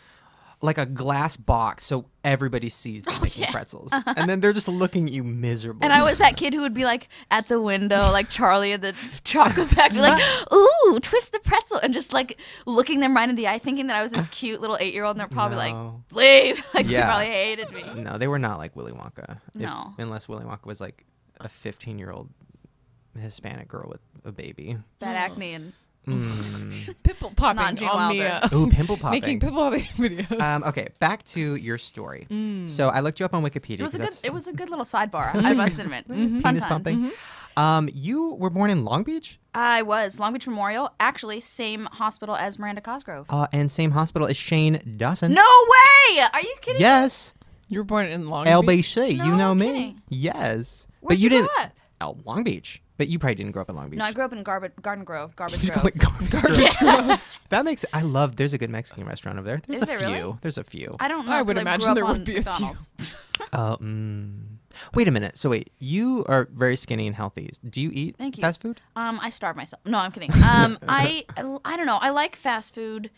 A: like a glass box so everybody sees them making pretzels. And then they're just looking at you miserable.
H: Oh, And I was that kid who would be like at the window, like Charlie at the chocolate factory, like, ooh, twist the pretzel, and just like looking them right in the eye, thinking that I was this cute little eight year old, and they're probably
A: No.
H: like, leave. Like,
A: Yeah.
H: they probably hated me.
A: no, they were not like Willy Wonka. If-
H: No.
A: unless Willy Wonka was like a 15 year old Hispanic girl with a baby.
H: That acne and
B: Pimple popping
H: Gene
B: on the
H: Wilder.
B: uh,
A: Ooh, pimple popping.
B: making pimple popping videos.
A: um, okay, back to your story. So I looked you up on Wikipedia.
H: Mm. it was a
A: 'cause
H: good.
A: that's-
H: It was a good little sidebar. I must admit,
B: Mm-hmm.
H: fun
A: penis
H: times. Mm-hmm.
A: pumping. Um, you were born in Long Beach
H: I was Long Beach Memorial, actually same hospital as Miranda Cosgrove.
B: Oh.
A: uh, and same hospital as Shane Dawson.
H: No way! Are you kidding?
A: Yes,
B: You were born in Long Beach.
A: LBC. you
H: No
A: know me.
H: kidding.
A: Yes,
H: Where'd you
A: didn't.
H: grow up?
A: Oh, Long Beach. But you probably didn't grow up in Long Beach.
H: No, I grew up in Garb- Garden Grove. Garbage
A: Just
H: Grove.
A: call it Garbage Grove. that makes. I love. There's a good Mexican restaurant over there. There's
H: Is
A: a
H: there
A: few.
H: really?
A: There's a few.
H: I don't know.
B: I
H: if
B: would
H: I grew
B: imagine
H: up
B: there would
H: on
B: be a few.
H: McDonald's.
A: Uh, mm. Wait a minute. So wait, you are very skinny and healthy. Do you eat
H: Thank you.
A: fast food?
H: Um, I starve myself. No, I'm kidding. Um, I I don't know. I like fast food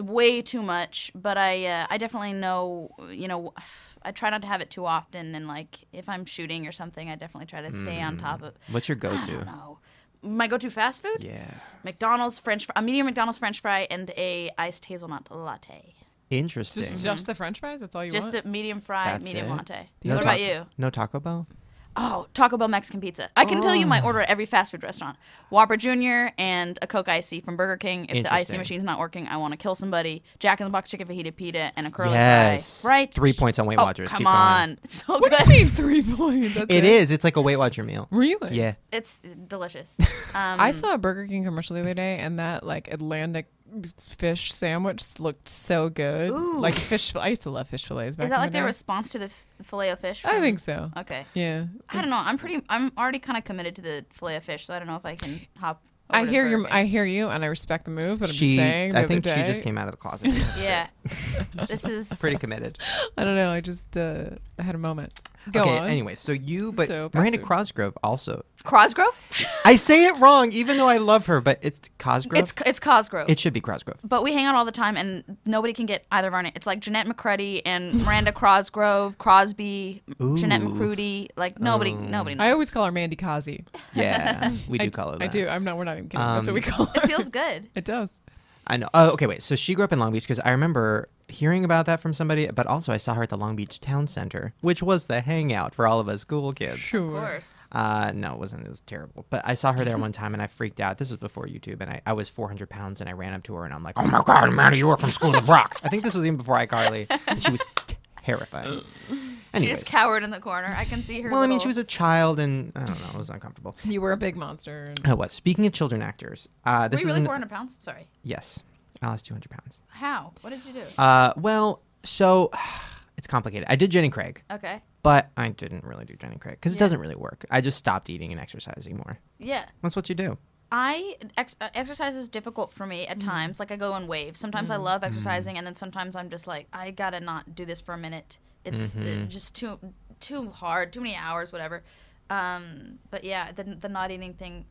H: way too much, but I uh, I definitely know you know I try not to have it too often, and like if I'm shooting or something, I definitely try to stay
B: Hmm.
H: on top of.
A: What's your
H: I don't
A: go-to?
H: know. My go-to fast food?
A: Yeah.
H: McDonald's French, fr- a medium McDonald's French fry and a iced hazelnut latte.
A: Interesting.
B: Just just the French fries. That's all you
H: Just
B: want.
H: the medium fry,
A: That's
H: medium
A: it?
H: latte.
A: No
H: what
A: taco-
H: about you?
A: No Taco Bell.
H: Oh, Taco Bell Mexican pizza. I can tell you
A: Oh.
H: my order at every fast food restaurant. Whopper Jr. and a Coke Icy from Burger King. If the
A: Interesting.
H: Icy machine's not working, I want to kill somebody. Jack in the Box chicken fajita pita and a curly
A: Yes.
H: fry. Right?
A: Three points on Weight
H: Oh,
A: Watchers.
H: come
A: Keep going.
H: on. It's so
B: What
H: good.
B: do you mean three points? That's
A: It is. It's like a Weight Watcher meal.
B: Really?
A: Yeah.
H: It's delicious.
B: I
H: Um,
B: saw a Burger King commercial the other day, and that like Atlantic fish sandwich looked so good. Like fish. I used to love fish fillets. Back
H: is that
B: in
H: like
B: the
H: their
B: day.
H: response to the filet o fish?
B: I
H: from-
B: think so.
H: Okay.
B: Yeah.
H: I don't know. I'm pretty. I'm already kind of committed to the filet o fish, so I don't know if I can hop.
B: I
H: over to
B: hear
H: Burger
B: your.
H: King.
B: I hear you, and I respect the move. But I'm just
A: She-
B: saying.
A: I
B: The other
A: think she
B: day-
A: just came out of the closet.
H: Yeah. this is
A: Pretty committed.
B: I don't know. I just uh, I had a moment. Go
A: okay.
B: on.
A: Anyway, so you, but
B: So, fast
A: Miranda
B: food.
A: Cosgrove also.
H: Cosgrove.
A: I say it wrong, even though I love her, but it's Cosgrove.
H: it's it's Cosgrove.
A: it should be Cosgrove.
H: But we hang out all the time, and nobody can get either of our names. It's like Jeanette McCready and Miranda Cosgrove, Crosby, Jeanette
A: Ooh. Oh.
H: McCrudy. Like nobody, nobody. Knows.
B: I always call her Mandy Kazi.
A: Yeah, we do
B: I,
A: call her that.
B: I do. I'm not. We're not even kidding. That's what we
A: Um,
B: call her.
H: It feels good.
B: It does.
A: I know. Oh, okay, wait. So she grew up in Long Beach because I remember hearing about that from somebody, but also I saw her at the Long Beach Town Center, which was the hangout for all of us school kids.
B: Sure.
A: Uh, no, it wasn't. It was terrible. But I saw her there one time and I freaked out. This was before YouTube, and I, I was 400 pounds and I ran up to her and I'm like, oh my God, Amanda, you were from School of Rock. I think this was even before iCarly. and She was terrified.
H: She
A: Anyways.
H: just cowered in the corner. I can see her.
A: well, I mean,
H: little-
A: she was a child and I don't know, it was uncomfortable.
B: You were a big monster. and-
A: I was. Speaking of children actors, uh,
H: Were
A: this
H: you
A: is.
H: really
A: an-
H: 400 pounds? Sorry.
A: yes. I lost 200 pounds.
H: How? What did you do?
A: Uh, well, so it's complicated. I did Jenny Craig.
H: okay.
A: But I didn't really do Jenny Craig because it doesn't really work. I just stopped eating and exercising more.
H: Yeah.
A: That's what you do.
H: I ex- uh, exercise is difficult for me
A: Mm-hmm.
H: at times. Like I go in waves. Sometimes I love exercising, and then sometimes I'm just like, I gotta not do this for a minute. It's
A: Mm-hmm.
H: uh, just too too hard, too many hours, whatever. Um, but yeah, the the not eating thing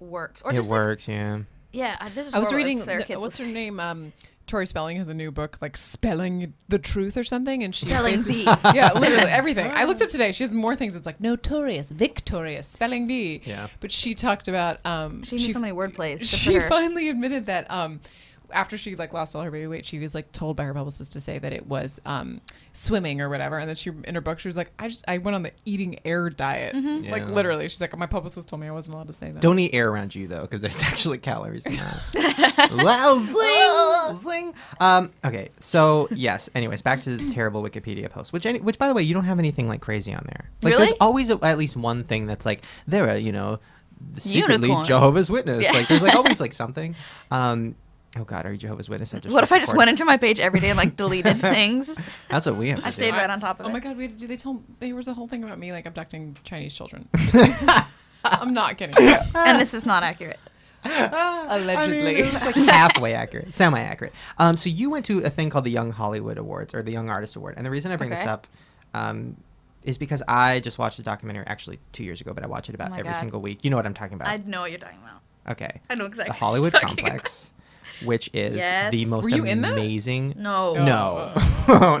H: works. Or
A: It
H: just like-
A: works, yeah.
H: yeah, I- this is.
B: I was
H: horrible if
B: reading.
H: there are
B: the-
H: kids
B: what's her
H: listening.
B: name? Um, Tori Spelling has a new book, like Spelling the Truth or something, and she's
H: Spelling
B: basically-
H: bee.
B: yeah, literally everything. I looked up today. She has more things. It's like notorious, victorious, spelling bee.
A: Yeah.
B: But she talked about um.
H: She knew so many word plays. Good for
B: She
H: her.
B: finally admitted that um, after she like lost all her baby weight, she was like told by her publicist to say that it was um swimming or whatever, and then she in her book she was like, I just I went on the eating air diet,
H: Mm-hmm.
B: like
A: Yeah.
B: literally. She's like, my publicist told me I wasn't allowed to say that.
A: Don't eat air around you though, because there's actually calories. in that. Wow, zing,
H: Oh.
A: zing. Um, okay, so yes. Anyways, back to the terrible Wikipedia post, which any, which by the way, you don't have anything like crazy on there. Like,
H: Really?
A: There's always a, at least one thing that's like there are you know secretly
H: Unicorn.
A: Jehovah's Witness. Like there's like always like something. Um, oh God, are you Jehovah's Witness? I just
H: What if I just went
A: in?
H: into my page every day and like deleted things?
A: That's what we have. To
H: I
A: do.
H: stayed right on top of
B: Oh
H: it.
B: my god, we had to do they told there was a whole thing about me like abducting Chinese children. I'm not kidding.
H: and this is not accurate.
B: Allegedly.
A: I mean, it was like halfway accurate, semi accurate. Um, so you went to a thing called the Young Hollywood Awards or the Young Artist Award, and the reason I bring this
H: Okay.
A: up um, is because I just watched a documentary actually two years ago, but I watch it about
H: Oh my
A: every
H: God.
A: single week. You know what I'm talking about?
H: I know what you're talking about.
A: okay.
H: I know
A: The
H: exactly. what you're
A: Hollywood
H: talking about.
A: Complex, which is
H: Yes.
A: the most
B: Were you in that?
A: amazing.
H: No.
A: No. oh,
H: Hell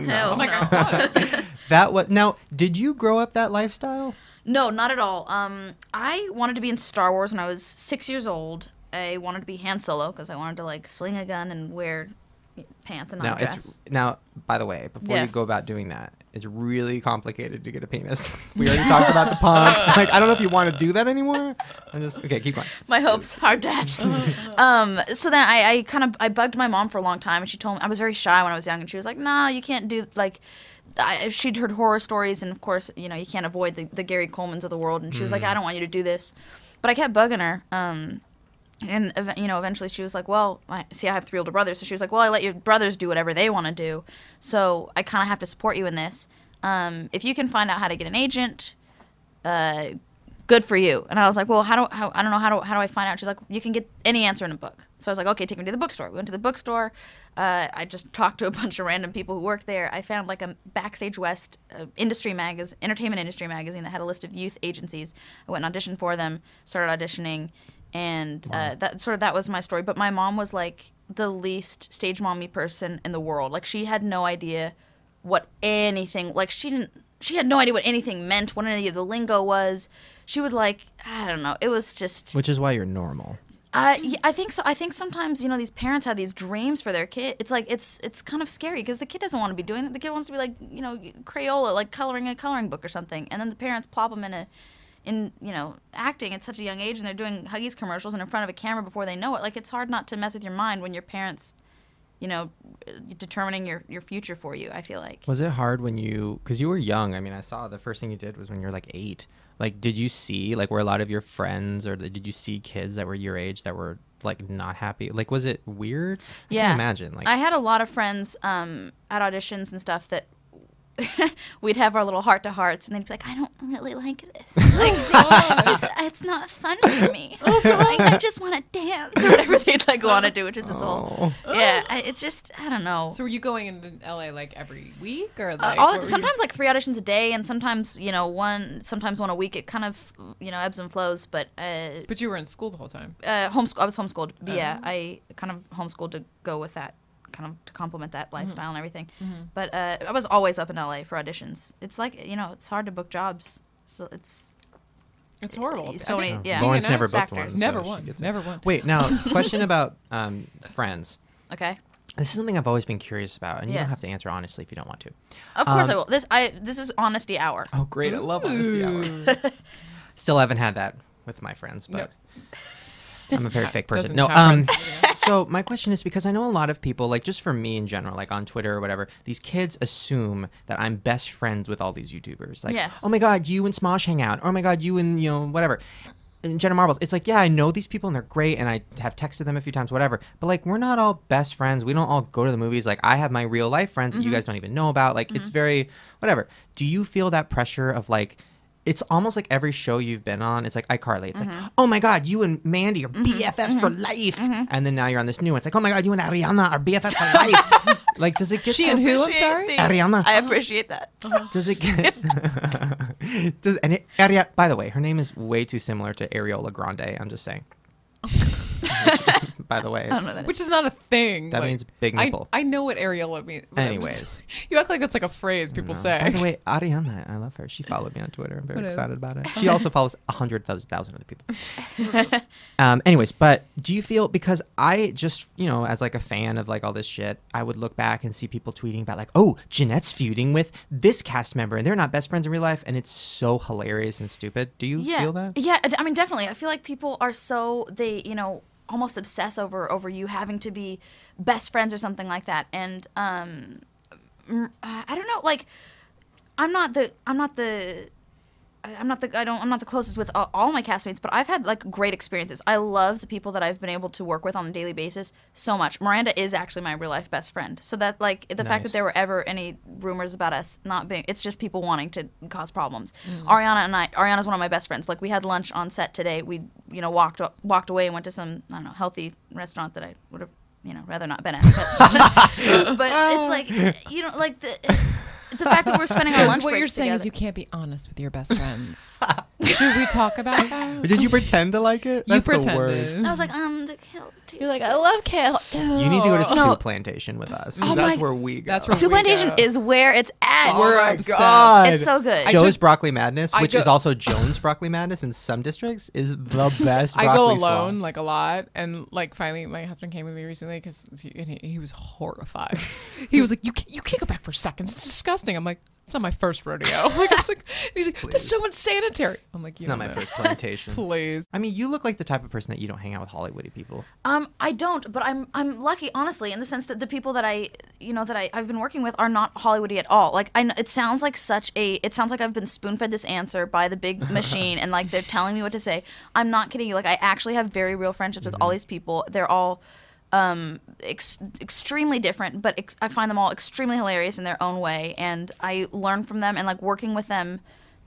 A: no.
B: like, I
H: no.
B: saw it.
A: That was now. Did you grow up that lifestyle?
H: No, not at all. Um, I wanted to be in Star Wars when I was six years old. I wanted to be Han Solo because I wanted to like sling a gun and wear pants and
A: Now
H: not a dress.
A: it's now. By the way, before
H: Yes.
A: you go about doing that, it's really complicated to get a penis. we already talked about the pump. Like I don't know if you want to do that anymore. I'm just okay. Keep going.
H: my hopes are dashed. um, so then I, I kind of I bugged my mom for a long time, and she told me I was very shy when I was young, and she was like, "Nah, you can't do like." I, she'd heard horror stories, and of course, you know, you can't avoid the, the Gary Coleman's of the world. And she was like, "I don't want you to do this," but I kept bugging her. Um, and ev- you know, eventually, she was like, "Well, I, see, I have three older brothers, so she was like, well, I let your brothers do whatever they want to do, so I kind of have to support you in this. Um, if you can find out how to get an agent." Uh, good for you. And I was like, well, how do how, I don't know how do how do I find out? She's like, you can get any answer in a book. So I was like, okay, take me to the bookstore. We went to the bookstore. Uh, I just talked to a bunch of random people who worked there. I found like a Backstage West uh, industry magazine, entertainment industry magazine that had a list of youth agencies. I went and auditioned for them. Started auditioning, and uh, that sort of that was my story. But my mom was like the least stage mommy person in the world. Like she had no idea what anything like she didn't she had no idea what anything meant what any of the lingo was she would like i don't know it was just
A: Which is why you're normal.
H: uh, yeah, i think so i think sometimes you know these parents have these dreams for their kid it's like it's it's kind of scary because the kid doesn't want to be doing that the kid wants to be like you know crayola like coloring a coloring book or something and then the parents plop them in a in you know acting at such a young age and they're doing huggies commercials and in front of a camera before they know it like it's hard not to mess with your mind when your parents you know determining your your future for you i feel like
A: Was it hard when you? Because you were young. I mean, I saw the first thing you did was when you were like eight. Like, did you see like were a lot of your friends or did you see kids that were your age that were like not happy? Like, was it weird? I
H: Yeah.
A: Can imagine like
H: I had a lot of friends um, at auditions and stuff that we'd have our little heart to hearts, and they'd be like, "I don't really like this. Like, this it's not fun for me. like, I just want to dance or whatever they'd
A: Oh.
H: like want to do, which is its all. Yeah, I, it's just I don't know.
B: So were you going into LA like every week or like
H: Uh, all,
B: what were you-
H: sometimes like three auditions a day, and sometimes you know one, sometimes one a week. It kind of you know ebbs and flows, but uh,
B: But you were in school the whole time.
H: uh, homeschool. I was homeschooled. But yeah, I kind of homeschooled to go with that, kind of to complement that
A: Mm-hmm.
H: lifestyle and everything. But uh, I was always up in LA for auditions. It's like you know, it's hard to book jobs. So it's
B: It's horrible. I
H: so many-
B: think
H: yeah.
B: being
A: Lawrence
B: an
A: never
B: actor-
A: booked one.
H: actors.
A: so
B: Never
A: she
B: won.
A: gets it.
B: Never won.
A: Wait, now question about um, friends.
H: okay.
A: This is something I've always been curious about, and you don't
H: Yes.
A: have to answer honestly if you don't want to.
H: Of course
A: Um,
H: I will. This I this is honesty hour.
A: Oh, great! I love honesty hour. Still haven't had that with my friends, but I'm a very fake person.
B: doesn't
A: No, um,
B: have
A: so my question is because I know a lot of people, like just for me in general, like on Twitter or whatever, these kids assume that I'm best friends with all these YouTubers. Like,
H: Yes.
A: oh my god, you and Smosh hang out. Oh my god, you and you know whatever. and Jenna Marbles, it's like, yeah, I know these people and they're great, and I have texted them a few times, whatever. But like, we're not all best friends. We don't all go to the movies. Like, I have my real life friends
B: Mm-hmm.
A: that you guys don't even know about. Like, it's very whatever. Do you feel that pressure of like? It's almost like every show you've been on. It's like iCarly. It's
B: Mm-hmm.
A: like, oh my God, you and Mandy are BFFs for life. And then now you're on this new one. It's like, oh my God, you and Ariana are BFFs for life. like, does it get
B: She
A: to-
B: and who? I'm
H: Appreciate
B: sorry.
H: the-
A: Ariana? Uh-huh.
H: I appreciate that.
A: Does it get? does and it, Ariana? By the way, her name is way too similar to Ariola Grande. I'm just saying. by the way, it's-
H: know that.
B: Which is not a thing.
A: That
B: like,
A: means big
B: I-
A: nipple.
B: I, know what areola means. but I'm just-
A: Anyways.
B: you act like that's like a phrase people say.
A: by the way, Ariana, I love her. She followed me on Twitter. I'm very
B: What is?
A: excited about it. She also follows hundred thousand other people. um, anyways, but do you feel because I just you know as like a fan of like all this shit, I would look back and see people tweeting about like, oh, Jeanette's feuding with this cast member and they're not best friends in real life, and it's so hilarious and stupid. Do you
H: yeah.
A: feel that?
H: Yeah, I- I mean, definitely. I feel like people are so they, you know, almost obsess over over you having to be best friends or something like that. And um, mm, I I don't know, like, I'm not the, I'm not the. I- I'm not the I don't I'm not the closest with all, all my castmates, but I've had like great experiences. I love the people that I've been able to work with on a daily basis so much. Miranda is actually my real life best friend. So that like the fact
A: Nice.
H: that there were ever any rumors about us not being it's just people wanting to cause problems. Ariana and I Ariana's one of my best friends. Like we had lunch on set today. We you know walked walked away and went to some I don't know healthy restaurant that I would have you know rather not been at. But, but it's like eh, you know like the eh, the fact that we're spending our lunch
B: what you're
H: breaks
B: saying is
H: together-
B: you can't be honest with your best friends. Should we talk about that?
A: Did you pretend to like it?
B: you
A: That's the worst.
B: pretended.
H: I was like, um, the kale tastes
D: You're like, I love kale.
A: You need to go to Soup
H: No.
A: Plantation with us. 'cause
H: Oh
A: that's
H: my-
A: where we go.
B: That's where
H: Soup
B: we
H: Plantation
B: go.
H: is where it's at.
B: Oh We're my obsessed. God.
H: It's so good.
B: I
A: Joe's
B: took-
A: Broccoli Madness,
B: I
A: which
B: go-
A: is also Jones Broccoli Madness in some districts, is the best.
B: I go
A: broccoli
B: alone
A: swamp.
B: like a lot, and like finally, my husband came with me recently because he, and he, he was horrified. he was like, "You can't, you can't go back for seconds. It's disgusting." I'm like, "It's not my first rodeo." Like, I was like, and he's like, "That's so unsanitary." I'm like, "You
A: It's not
B: don't
A: my
B: know."
A: first plantation.
B: Please,
A: I mean, you look like the type of person that you don't hang out with Hollywoody people.
H: Um, I don't, but I'm I'm lucky, honestly, in the sense that the people that I you know that I I've been working with are not Hollywoody at all. Like I, kn- it sounds like such a it sounds like I've been spoon fed this answer by the big machine, and like they're telling me what to say. I'm not kidding you. Like I actually have very real friendships with
B: Mm-hmm.
H: all these people. They're all um ex- extremely different but ex- i find them all extremely hilarious in their own way and i learn from them and like working with them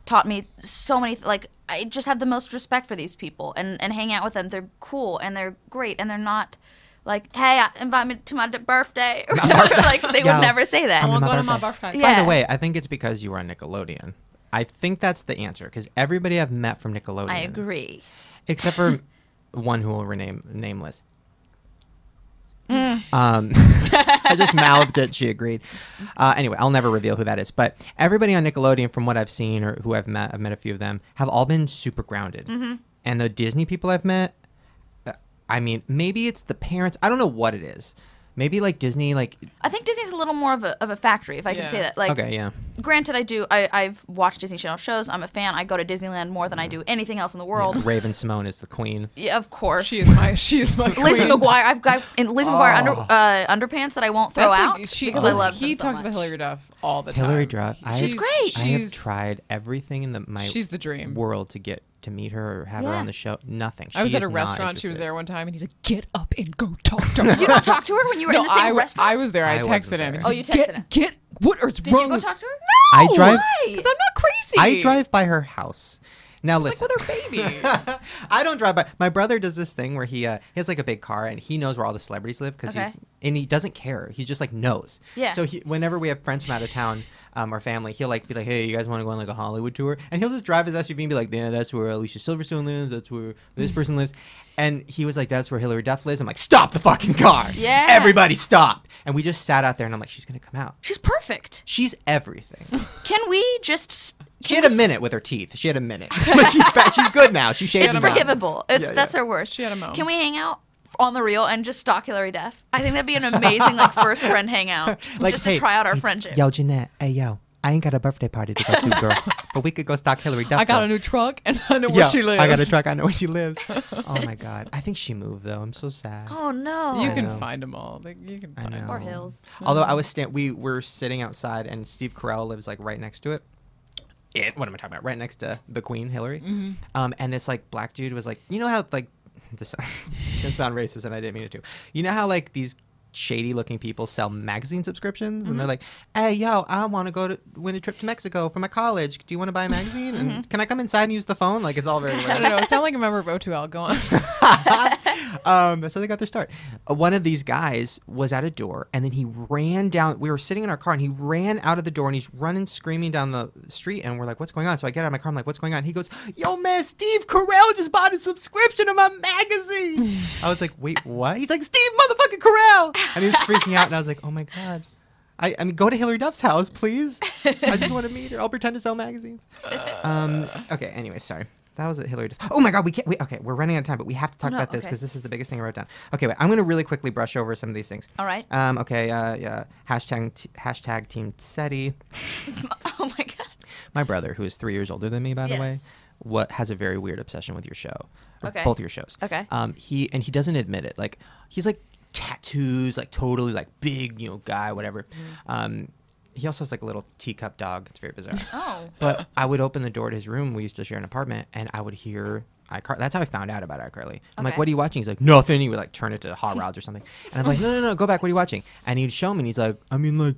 H: taught me so many th- like i just have the most respect for these people and and hang out with them they're cool and they're great and they're not like hey I, invite me to my d- birthday or like they
A: Yeah.
H: would never say that
A: I'm
B: I'll
A: in
B: go to my
A: birthday.
B: birthday.
H: Yeah.
A: By the way, I think it's because you were on Nickelodeon. I think that's the answer because everybody I've met from Nickelodeon,
H: i agree
A: except for one who will rename nameless.
H: Mm.
A: Um, I just mouthed it. She agreed. Uh, anyway, I'll never reveal who that is. But everybody on Nickelodeon, from what I've seen or who I've met, I've met a few of them, have all been super grounded.
H: Mm-hmm.
A: And the Disney people I've met, uh, I mean, maybe it's the parents. I don't know what it is. Maybe like Disney, like
H: i think disney's a little more of a, of a factory if i can
B: Yeah.
H: say that like
A: okay, yeah,
H: granted i do I, i've watched disney channel shows i'm a fan i go to disneyland more
A: Mm.
H: than i do anything else in the world yeah.
A: Raven Simone is the queen.
H: of course
B: she is my she is my
H: Lizzie
B: queen.
H: McGuire. I've got and Lizzie McGuire
A: Oh.
H: under, uh, underpants that I won't throw
B: That's
H: out
B: like, she,
H: because I
B: Lizzie-
H: love.
B: He
H: them so
B: talks
H: much.
B: about Hillary Duff all the time.
A: Hillary Duff. I
B: Um, She's
A: have-
B: great.
A: I have
B: She's-
A: tried everything in the my
B: She's the dream.
A: world to get to meet her or have her
H: Yeah.
A: on the show. Nothing.
B: I was
A: She
B: at a
A: is not
B: restaurant. She was
A: interested.
B: there one time, and he's like, "Get up and go talk to her." Did
H: You not talk to her when you were in the same
B: I, w-
H: restaurant.
B: I was there. I,
A: I
B: texted
A: wasn't
B: him.
A: there.
B: He's
A: Oh,
B: like,
H: you texted
B: get,
H: him.
B: Get what is
H: Did
B: wrong?
H: you go
B: with-"
H: talk to her?
A: I drive.
H: Why?
B: Because I'm not crazy.
A: I drive by her house. Now
B: It's
A: listen,
B: like with her baby.
A: I don't drive by. My brother does this thing where he uh, he has like a big car and he knows where all the celebrities live because he's
H: Okay.
A: and he doesn't care. He just like knows.
H: Yeah.
A: So he, whenever we have friends from out of town. Um, or family, he'll like be like, "Hey, you guys want to go on like a Hollywood tour?" And he'll just drive his SUV and be like, "Yeah, that's where Alicia Silverstone lives. That's where this person lives." And he was like, "That's where Hillary Duff lives." I'm like, "Stop the fucking car!
H: Yes.
A: everybody stop!" And we just sat out there, and I'm like, "She's gonna come out.
H: She's perfect.
A: She's everything."
H: Can we just? s-
A: She
H: can
A: had a
H: we s-
A: minute with her teeth. She had a minute, but she's back. She's good now. She shaved
H: It's
A: them out.
H: forgivable. It's
A: Yeah,
H: that's
A: yeah.
H: her worst.
B: She had a moment.
H: Can we hang out? On the real and just stalk Hillary Duff. I think that'd be an amazing like first friend hangout,
A: Like,
H: just
A: hey,
H: to try out our
A: hey,
H: friendship.
A: Yo, Jeanette. Hey, yo. I ain't got a birthday party to go to, girl. but we could go stalk Hillary Duff.
B: I got
A: though.
B: a new truck, and I know
A: Yo,
B: where she lives.
A: I got a truck. I know where she lives. Oh my god. I think she moved though. I'm so sad.
H: oh no!
B: You
A: know.
B: can find them all. Like, you can
A: I
B: find 'em.
A: know.
H: Or Hills.
A: Although I was stand, we were sitting outside, and Steve Carell lives like right next to it. it. What am I talking about? Right next to the Queen, Hillary. Um, and this like black dude was like, you know how like this can sound racist, and I didn't mean it to. You know how like these shady looking people sell magazine subscriptions and they're like hey yo i want to go to win a trip to mexico for my college do you want to buy a magazine and can i come inside and use the phone like it's all very
B: I
A: weird
B: don't know. It sounded like a member of O2L. Go on.
A: um, that's how they got their start. Uh, One of these guys was at a door, and then he ran down. We were sitting in our car, and he ran out of the door, and he's running, screaming down the street. And we're like, "What's going on?" So I get out of my car. I'm like, "What's going on?" He goes, "Yo, man, Steve Carell just bought a subscription to my magazine." I was like, "Wait, what?" He's like, "Steve, motherfucking Carell," and he's freaking out. And I was like, "Oh my god." I, I mean, go to Hillary Duff's house, please. I just want to meet her. I'll pretend to sell magazines. Um, okay. Anyway, sorry. That was at Hillary Duff. Oh my God, we can't. We, okay, we're running out of time, but we have to talk
H: No,
A: about this
H: okay.
A: because this is the biggest thing I wrote down. Okay, wait. I'm going to really quickly brush over some of these things.
H: All right.
A: Um, okay. Uh, yeah. Hashtag t- hashtag Team SETI.
H: oh my god.
A: My brother, who is three years older than me, by the way,
H: Yes.
A: what has a very weird obsession with your show, or
H: Okay.
A: both your shows.
H: Okay.
A: Um, he and he doesn't admit it. Like he's like tattoos, like totally like big, you know, guy, whatever.
H: Mm-hmm.
A: Um, he also has like a little teacup dog. It's very bizarre.
H: Oh.
A: But I would open the door to his room. We used to share an apartment, and I would hear iCarly. That's how I found out about iCarly. I'm like,
H: Okay.
A: "What are you watching?" He's like, "Nothing." He would like turn it to Hot Rods or something, and I'm like, "No, no, no, go back. What are you watching?" And he'd show me, and he's like, "I mean, like,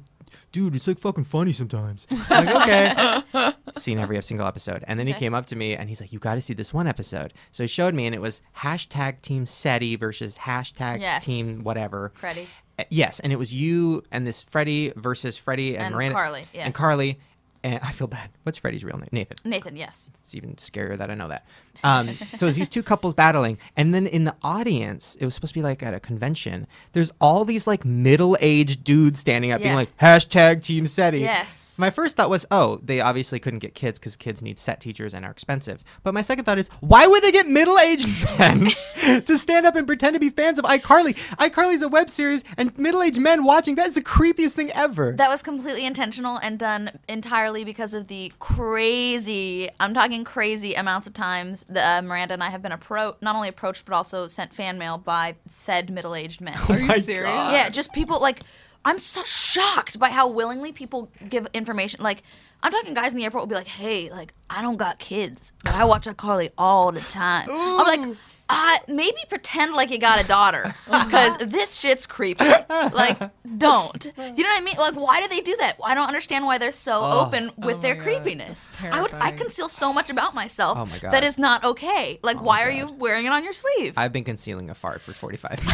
A: dude, it's like fucking funny sometimes." I'm like, okay. Seen every single episode, and then he
H: Okay.
A: came up to me and he's like, "You got to see this one episode." So he showed me, and it was hashtag Team SETI versus hashtag
H: Yes.
A: Team whatever.
H: Freddy.
A: Uh, Yes, and it was you and this Freddie versus Freddie and,
H: And
A: Miranda
H: Carly, yeah.
A: and Carly. And I feel bad. What's Freddie's real name? Nathan.
H: Nathan, yes.
A: It's even scarier that I know that. Um, so it's these two couples battling, and then in the audience, it was supposed to be like at a convention. There's all these like middle-aged dudes standing up, being
H: Yeah.
A: like hashtag Team SETI.
H: Yes.
A: My first thought was, oh, they obviously couldn't get kids because kids need set teachers and are expensive. But my second thought is, why would they get middle-aged men to stand up and pretend to be fans of iCarly? iCarly's a web series, and middle-aged men watching that is the creepiest thing ever.
H: That was completely intentional and done entirely because of the crazy, I'm talking crazy amounts of times that uh, Miranda and I have been appro- not only approached, but also sent fan mail by said middle aged men.
B: Are you serious?
H: yeah, just people like, I'm so shocked by how willingly people give information. Like, I'm talking guys in the airport will be like, hey, like, I don't got kids, but I watch iCarly all the time. I'm like, uh, maybe pretend like you got a daughter because this shit's creepy. Like, don't. You know what I mean? Like, why do they do that? I don't understand why they're so open with
B: Oh
H: their
B: my God,
H: creepiness.
B: that's
H: I would, I
B: terrifying.
H: conceal so much about myself
A: Oh my God. Oh
H: that is not okay. Like, why are you wearing it on your sleeve?
A: I've been concealing a fart for 45 minutes,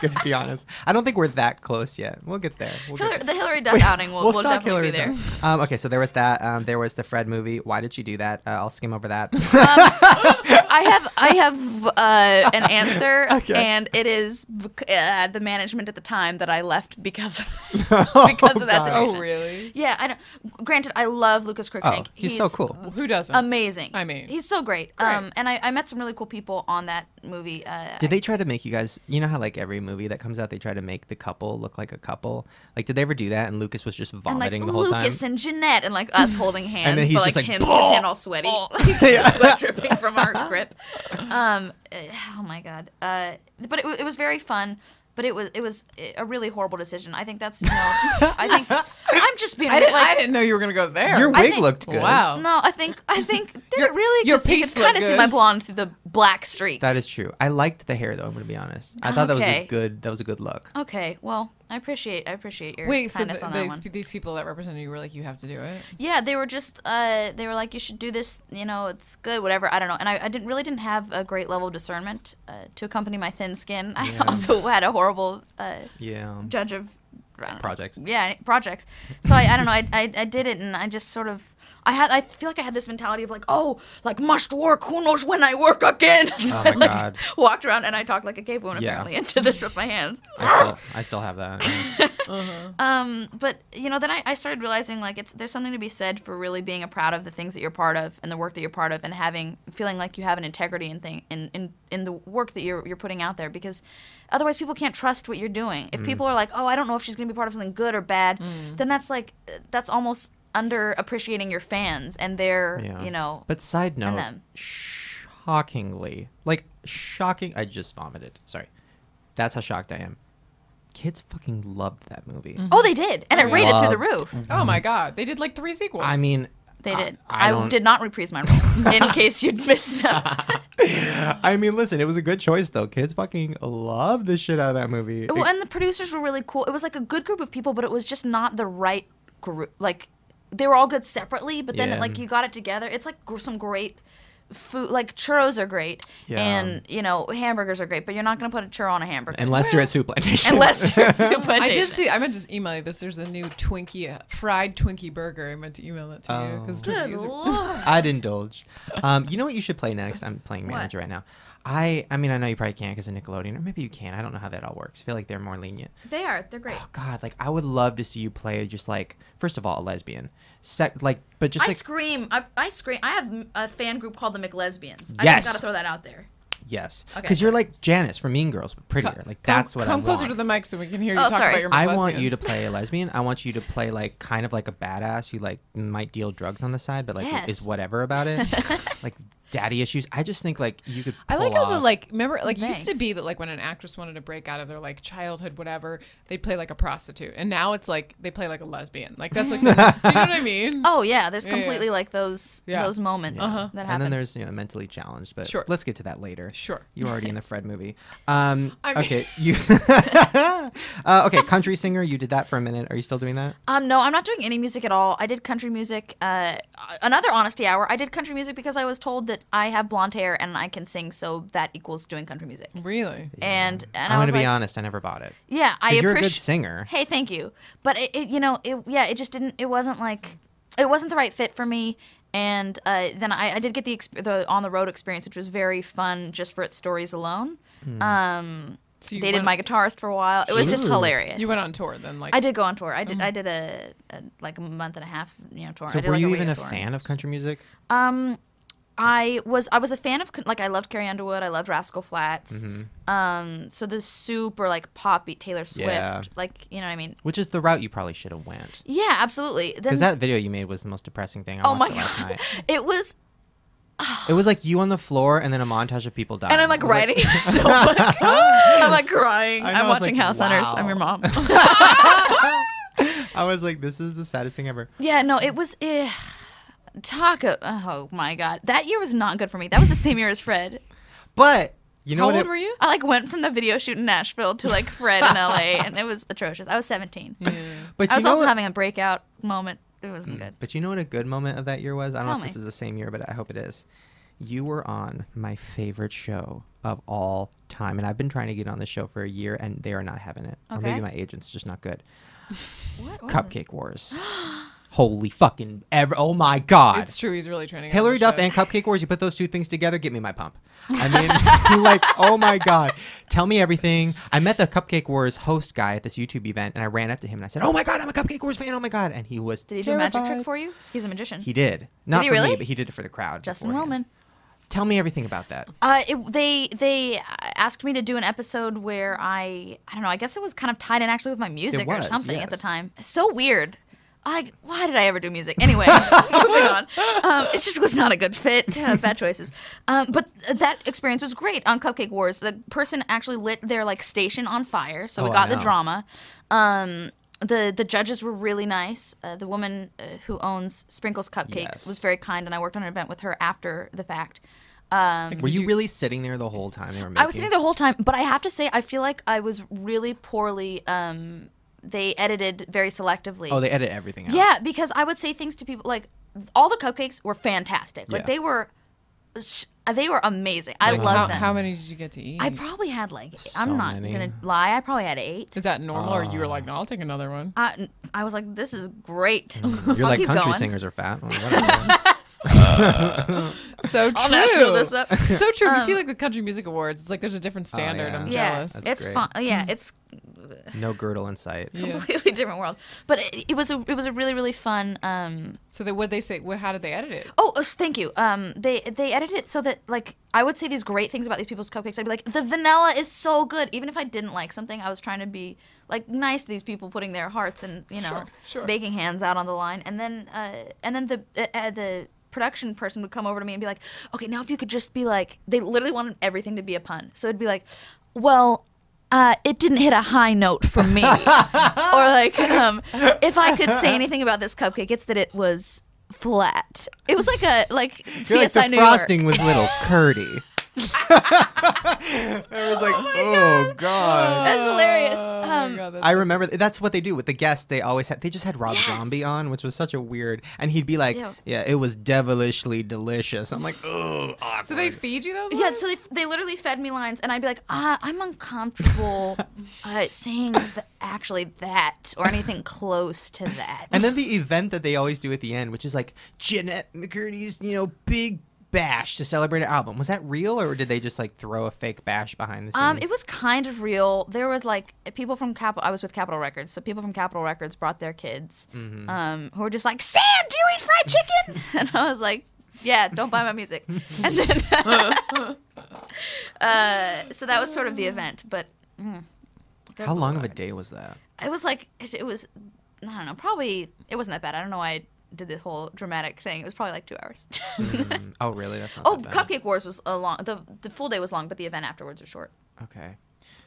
A: to be honest. I don't think we're that close yet. We'll get there. We'll get
H: Hillary,
A: there.
H: the Hillary Duff outing will, will
A: stalk
H: definitely be there.
A: Duff. Um, okay, so there was that. Um, there was the Fred movie. Why did she do that? Uh, I'll skim over that.
H: I have I have uh, an answer,
A: Okay.
H: and it is bec- uh, the management at the time that I left because of,
A: Oh,
H: because of that.
A: God.
B: Oh,
H: situation.
B: really?
H: Yeah, I don't. Granted, I love Lucas Cruikshank.
A: Oh, he's, so cool.
B: Who doesn't?
H: Amazing.
B: I mean,
H: he's so great. Um, and I, I met some really cool people on that movie. Uh,
A: Did they try to make you guys? You know how like every movie that comes out, they try to make the couple look like a couple. Like, did they ever do that? And Lucas was just
H: and like
A: vomiting the whole
H: Lucas
A: time.
H: and Jeanette, and like us holding hands,
A: then he's
H: but
A: just
H: like,
A: like,
H: him, with his hand all sweaty, like, the sweat dripping from our grip. Um, eh, oh my god. Uh, but it, wa- it was very fun. But it was it was eh, a really horrible decision. I think that's no. I think I'm just being
B: I didn't,
H: like
B: I didn't know you were going to go there.
A: Your
H: I
A: wig
H: think-
A: looked good.
B: Wow.
H: no. I think I think did
B: Your-
H: it really.
B: your
H: 'Cause you
B: piece
H: could kind of
B: looked
H: see my
B: good.
H: blonde through the black streaks.
A: That is true. I liked the hair though. I'm gonna be honest. I thought that was a
H: Okay.
A: good. That was a good look.
H: okay. Well, I appreciate I appreciate your
B: Wait, so
H: kindness
B: th-
H: on that
B: these,
H: one.
B: these people that represented you were like, you have to do it?
H: Yeah, they were just uh, they were like, you should do this. You know, it's good, whatever. I don't know. And I, I didn't really didn't have a great level of discernment uh, to accompany my thin skin. I also had a horrible uh,
A: Yeah.
H: judge of I don't know.
A: Projects.
H: Yeah, projects. So I, I don't know. I, I I did it, and I just sort of. I had I feel like I had this mentality of like oh like must work who knows when I work again so
A: Oh my
H: I like
A: God.
H: walked around and I talked like a cave woman
A: Yeah.
H: apparently and did this with my hands
A: I still, I still have that. yeah.
H: um, but you know, then I, I started realizing like it's there's something to be said for really being a proud of the things that you're part of and the work that you're part of and having feeling like you have an integrity in thing in, in, in the work that you're you're putting out there because otherwise people can't trust what you're doing.
A: Mm.
H: If people are like, Oh, I don't know if she's gonna be part of something good or bad then that's like uh, that's almost under appreciating your fans and their
A: Yeah.
H: you know
A: But side note,
H: them.
A: shockingly, like shocking. I just vomited. Sorry. That's how shocked I am. Kids fucking loved that movie.
H: Mm-hmm. Oh they did. And it rated through the
A: Loved-
B: Mm-hmm.
H: roof.
B: Oh, my God. They did like three sequels.
A: I mean,
H: They did.
A: I
H: I,
A: don't-
H: did not reprise my role in case you'd missed that.
A: I mean, listen, it was a good choice though. Kids fucking love the shit out of that movie.
H: well, and the producers were really cool. It was like a good group of people, but it was just not the right group. Like they were all good separately, but then
A: Yeah.
H: like you got it together. It's like gr- some great food. Like churros are great,
A: Yeah.
H: and you know hamburgers are great, but you're not gonna put a churro on a hamburger
A: unless you're at Soup Plantation.
H: unless you're too
B: I did see. I meant to just email you this. There's a new Twinkie, uh, fried Twinkie burger. I meant to email that to you because Twinkies are.
A: I'd indulge. Um, you know what you should play next? I'm playing manager right now. I I mean I know you probably can't because of Nickelodeon, or maybe you can. I don't know how that all works. I feel like they're more lenient.
H: They are. They're great.
A: Oh God, like I would love to see you play just like first of all a lesbian, sec like but just
H: I
A: like
H: scream. I, I scream. I have a fan group called the McLesbians. I
A: Yes.
H: just gotta throw that out there.
A: yes,
H: Okay,
A: because you're like Janice from Mean Girls, but prettier. like that's
B: come,
A: what
B: Come
A: I
B: closer
A: want.
B: to the mic so we can hear you
H: Oh,
B: talk
H: sorry.
B: about your.
A: I want you to
B: lesbians.
A: play a lesbian. I want you to play like kind of like a badass who like might deal drugs on the side, but like is
H: Yes.
A: whatever about it, like daddy issues. I just think like you could.
B: I like
A: pull
B: how the
A: off-
B: like remember like it used to
H: Thanks.
B: be that like when an actress wanted to break out of their like childhood whatever they'd play like a prostitute and now it's like they play like a lesbian like that's like the- do you know what I mean?
H: Oh yeah, there's
B: yeah.
H: completely like those
B: Yeah.
H: those moments
B: Uh-huh.
H: that
A: and
H: happen.
A: then there's you know mentally challenged, but
B: Sure.
A: let's get to that later.
B: Sure.
A: You're already in the Fred movie. Um,
B: I mean-
A: okay, you. uh, okay, country singer. You did that for a minute. Are you still doing that?
H: um, no, I'm not doing any music at all. I did country music. Uh, another honesty hour. I did country music because I was told that I have blonde hair and I can sing, so that equals doing country music.
B: Really?
H: And
A: I'm
H: and I
A: gonna
H: was
A: be
H: like,
A: honest. I never bought it.
H: yeah, I
A: 'Cause
H: appreciate.
A: you're a good singer.
H: Hey, thank you. But it, it you know, it yeah, it just didn't. It wasn't like, it wasn't the right fit for me. And uh, then I, I did get the exp- the on the road experience, which was very fun just for its stories alone. Um,
B: So you
H: dated
B: went,
H: my guitarist for a while. It was just
A: Hmm. Ooh.
H: hilarious.
B: You went on tour then like
H: I did go on tour. I did. I did a, a like a month and a half, you know, tour.
A: Mm. So
H: I did
A: were
H: like
A: you
H: a
A: even
H: radio
A: a
H: tour.
A: fan of country music?
H: Um, I was. I was a fan of like I loved Carrie Underwood. I loved Rascal Flats.
A: Mm-hmm.
H: Um, so the super like poppy Taylor Swift.
A: Yeah.
H: Like you know what I mean?
A: Which is the route you probably should have went.
H: Yeah, absolutely. Then
A: Because that video you made was the most depressing thing I
H: oh my
A: watched last
H: god,
A: night.
H: it was.
A: It was like you on the floor and then a montage of people dying.
H: And I'm like
A: I was
H: writing. oh my god. I'm like crying.
A: I know,
H: I'm
A: I was
H: watching
A: like,
H: House Hunters. I'm
A: wow.
H: your mom.
A: I was like, this is the saddest thing ever.
H: Yeah, no, it was. Eh, taco. Oh my god, that year was not good for me. That was the same year as Fred.
A: But you know
B: How
A: what?
B: old
A: it-
B: were you?
H: I like went from the video shoot in Nashville to like Fred in LA, and it was atrocious. I was 17.
A: But
H: I
A: you
H: was
A: know
H: also
A: what- Mm.
H: having a breakout moment. It wasn't good.
A: But you know what a good moment of that year was? I don't know
H: Tell
A: if this
H: me.
A: is the same year, but I hope it is. You were on my favorite show of all time, and I've been trying to get on this show for a year, and they are not having it. Or maybe
H: Okay.
A: my agent's just not good.
H: What?
A: Cupcake Wars. Holy fucking ever! Oh my god!
B: It's true. He's really training.
A: Hillary Duff and Cupcake Wars. You put those two things together, get me my pump. I mean, like, oh my god, tell me everything. I met the Cupcake Wars host guy at this YouTube event, and I ran up to him and I said, "Oh my god, I'm a Cupcake Wars fan. Oh my god!" And he was.
H: Did he do
A: terrified.
H: a magic trick for you? He's a magician.
A: He did. Not
H: he
A: for me,
H: really?
A: but he did it for the crowd.
H: Justin
A: beforehand.
H: Willman.
A: Tell me everything about that.
H: Uh, it, they they asked me to do an episode where I I don't know. I guess it was kind of tied in actually with my music or
A: was,
H: something at the
A: yes.
H: time. So weird. I why did I ever do music anyway? moving on. Um, it just was not a good fit. Uh, bad choices. Um, but that experience was great on Cupcake Wars. The person actually lit their like station on fire, so
A: Oh,
H: we
A: I
H: got the
A: know.
H: drama. Um, the the judges were really nice. Uh, the woman uh, who owns Sprinkles Cupcakes
A: Yes.
H: was very kind, and I worked on an event with her after the fact. Um,
A: Were you, really sitting there the whole time they were making?
H: I was sitting the whole time, but I have to say, I feel like I was really poorly. Um, they edited very selectively.
A: Oh, they edit everything out.
H: yeah, because I would say things to people like, all the cupcakes were fantastic. Like
A: Yeah.
H: they were, sh- they were amazing. I
B: Like,
H: loved
B: how,
H: them.
B: how many did you get to eat?
H: I probably had like I'm not
A: many.
H: gonna lie. I probably had eight.
B: Is that normal, or you were like, no, I'll take another one?
H: I, I was like, this is great.
A: Mm, You're
H: I'll
A: like
H: keep
A: country
H: going.
A: singers are fat. Well, whatever.
B: So true.
H: I'll national this up. Um,
B: so true. you see, like the country music awards, it's like there's a different standard.
A: Oh, yeah.
B: I'm
H: yeah,
B: jealous. Mm.
A: That's
H: it's
A: great.
H: fun. Yeah, it's
A: no girdle in sight.
B: Yeah.
H: completely different world. But it, it was a it was a really really fun. Um,
B: So they, what they say? What, how did they edit it?
H: Oh, uh, s- thank you. Um, they they edited it so that like I would say these great things about these people's cupcakes. I'd be like, the vanilla is so good. Even if I didn't like something, I was trying to be like nice to these people, putting their hearts and you know
B: Sure, sure.
H: baking hands out on the line. And then uh, and then the uh, uh, the production person would come over to me and be like, okay, now if you could just be like, they literally wanted everything to be a pun. So it'd be like, well. Uh, it didn't hit a high note for me, or like, um, if I could say anything about this cupcake, it's that it was flat. It was like a like CSI
A: feel like the
H: New
A: frosting
H: York.
A: was little curdy. I was like, oh, god.
H: That's hilarious.
B: Oh my
H: Um,
B: God, that's-
A: I remember that's what they do with the guests. They always had they just had Rob Zombie on, which was such a weird. And he'd be like,
H: Ew.
A: "Yeah, it was devilishly delicious." I'm like, "Oh, awkward."
B: so they feed you those?
H: yeah,
B: lines?
H: so they, they literally fed me lines, and I'd be like, ah, I'm uncomfortable uh, saying th- actually that or anything close to that.
A: And then the event that they always do at the end, which is like Jeanette McCurdy's, you know, big bash to celebrate an album. Was that real, or did they just like throw a fake bash behind the scenes?
H: Um, it was kind of real. There was like people from Capital. I was with Capitol Records, so people from Capitol Records brought their kids,
A: Mm-hmm.
H: um, who were just like, "Sam, do you eat fried chicken?" and I was like, "Yeah, don't buy my music." And then, uh, so that was sort of the event. But
A: How long of a day was that?
H: it was like it it was, I don't know, probably it wasn't that bad. I don't know why I did the whole dramatic thing. It was probably like two hours.
A: Mm, oh, really? That's not
H: oh,
A: that bad.
H: Cupcake Wars was a long. The the full day was long, but the event afterwards was short.
A: Okay.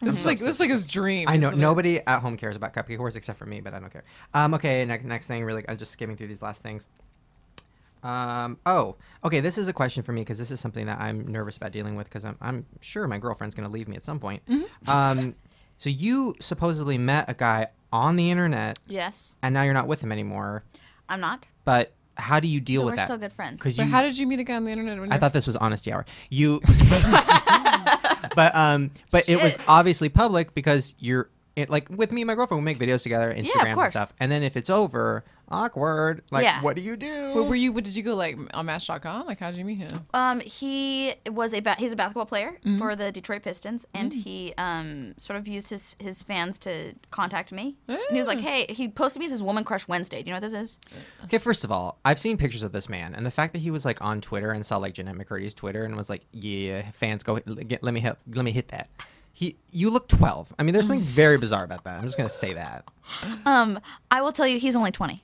A: Oh,
B: This is like this is like his dream.
A: I know
B: isn't it?
A: nobody at home cares about Cupcake Wars except for me, but I don't care. Um, okay, next next thing, really, I'm just skimming through these last things. Um, oh, okay, this is a question for me because this is something that I'm nervous about dealing with because I'm, I'm sure my girlfriend's going to leave me at some point.
H: Mm-hmm.
A: Um, so you supposedly met a guy on the internet
H: Yes,
A: and now you're not with him anymore,
H: I'm not.
A: but how do you deal
H: But
A: with
H: we're
A: that?
H: still good friends.
A: Because
B: But
A: you,
B: how did you meet a guy on the internet? When
A: I
B: you're-
A: thought this was honesty hour. You, but um, but it was obviously public because you're it, like with me and my girlfriend. We make videos together,
H: of
A: Instagram and
H: course.
A: stuff. And then if it's over, awkward. Like,
H: Yeah.
A: what do you do?
B: But were you? What did you go like on Match.com? Like how did you meet him?
H: Um, he was a ba- he's a basketball player
A: Mm-hmm.
H: for the Detroit Pistons, and
A: Mm.
H: he um sort of used his his fans to contact me. And he was like,
A: Mm.
H: "Hey," he posted me as his woman crush Wednesday. Do you know what this is?
A: okay, first of all, I've seen pictures of this man, and the fact that he was like on Twitter and saw like Jeanette McCurdy's Twitter and was like, "Yeah, fans, go l- get, let me help, let me hit that." He, you look 12. I mean,
H: Mm.
A: there's something very bizarre about that. I'm just gonna say that.
H: Um, I will tell you, he's only twenty.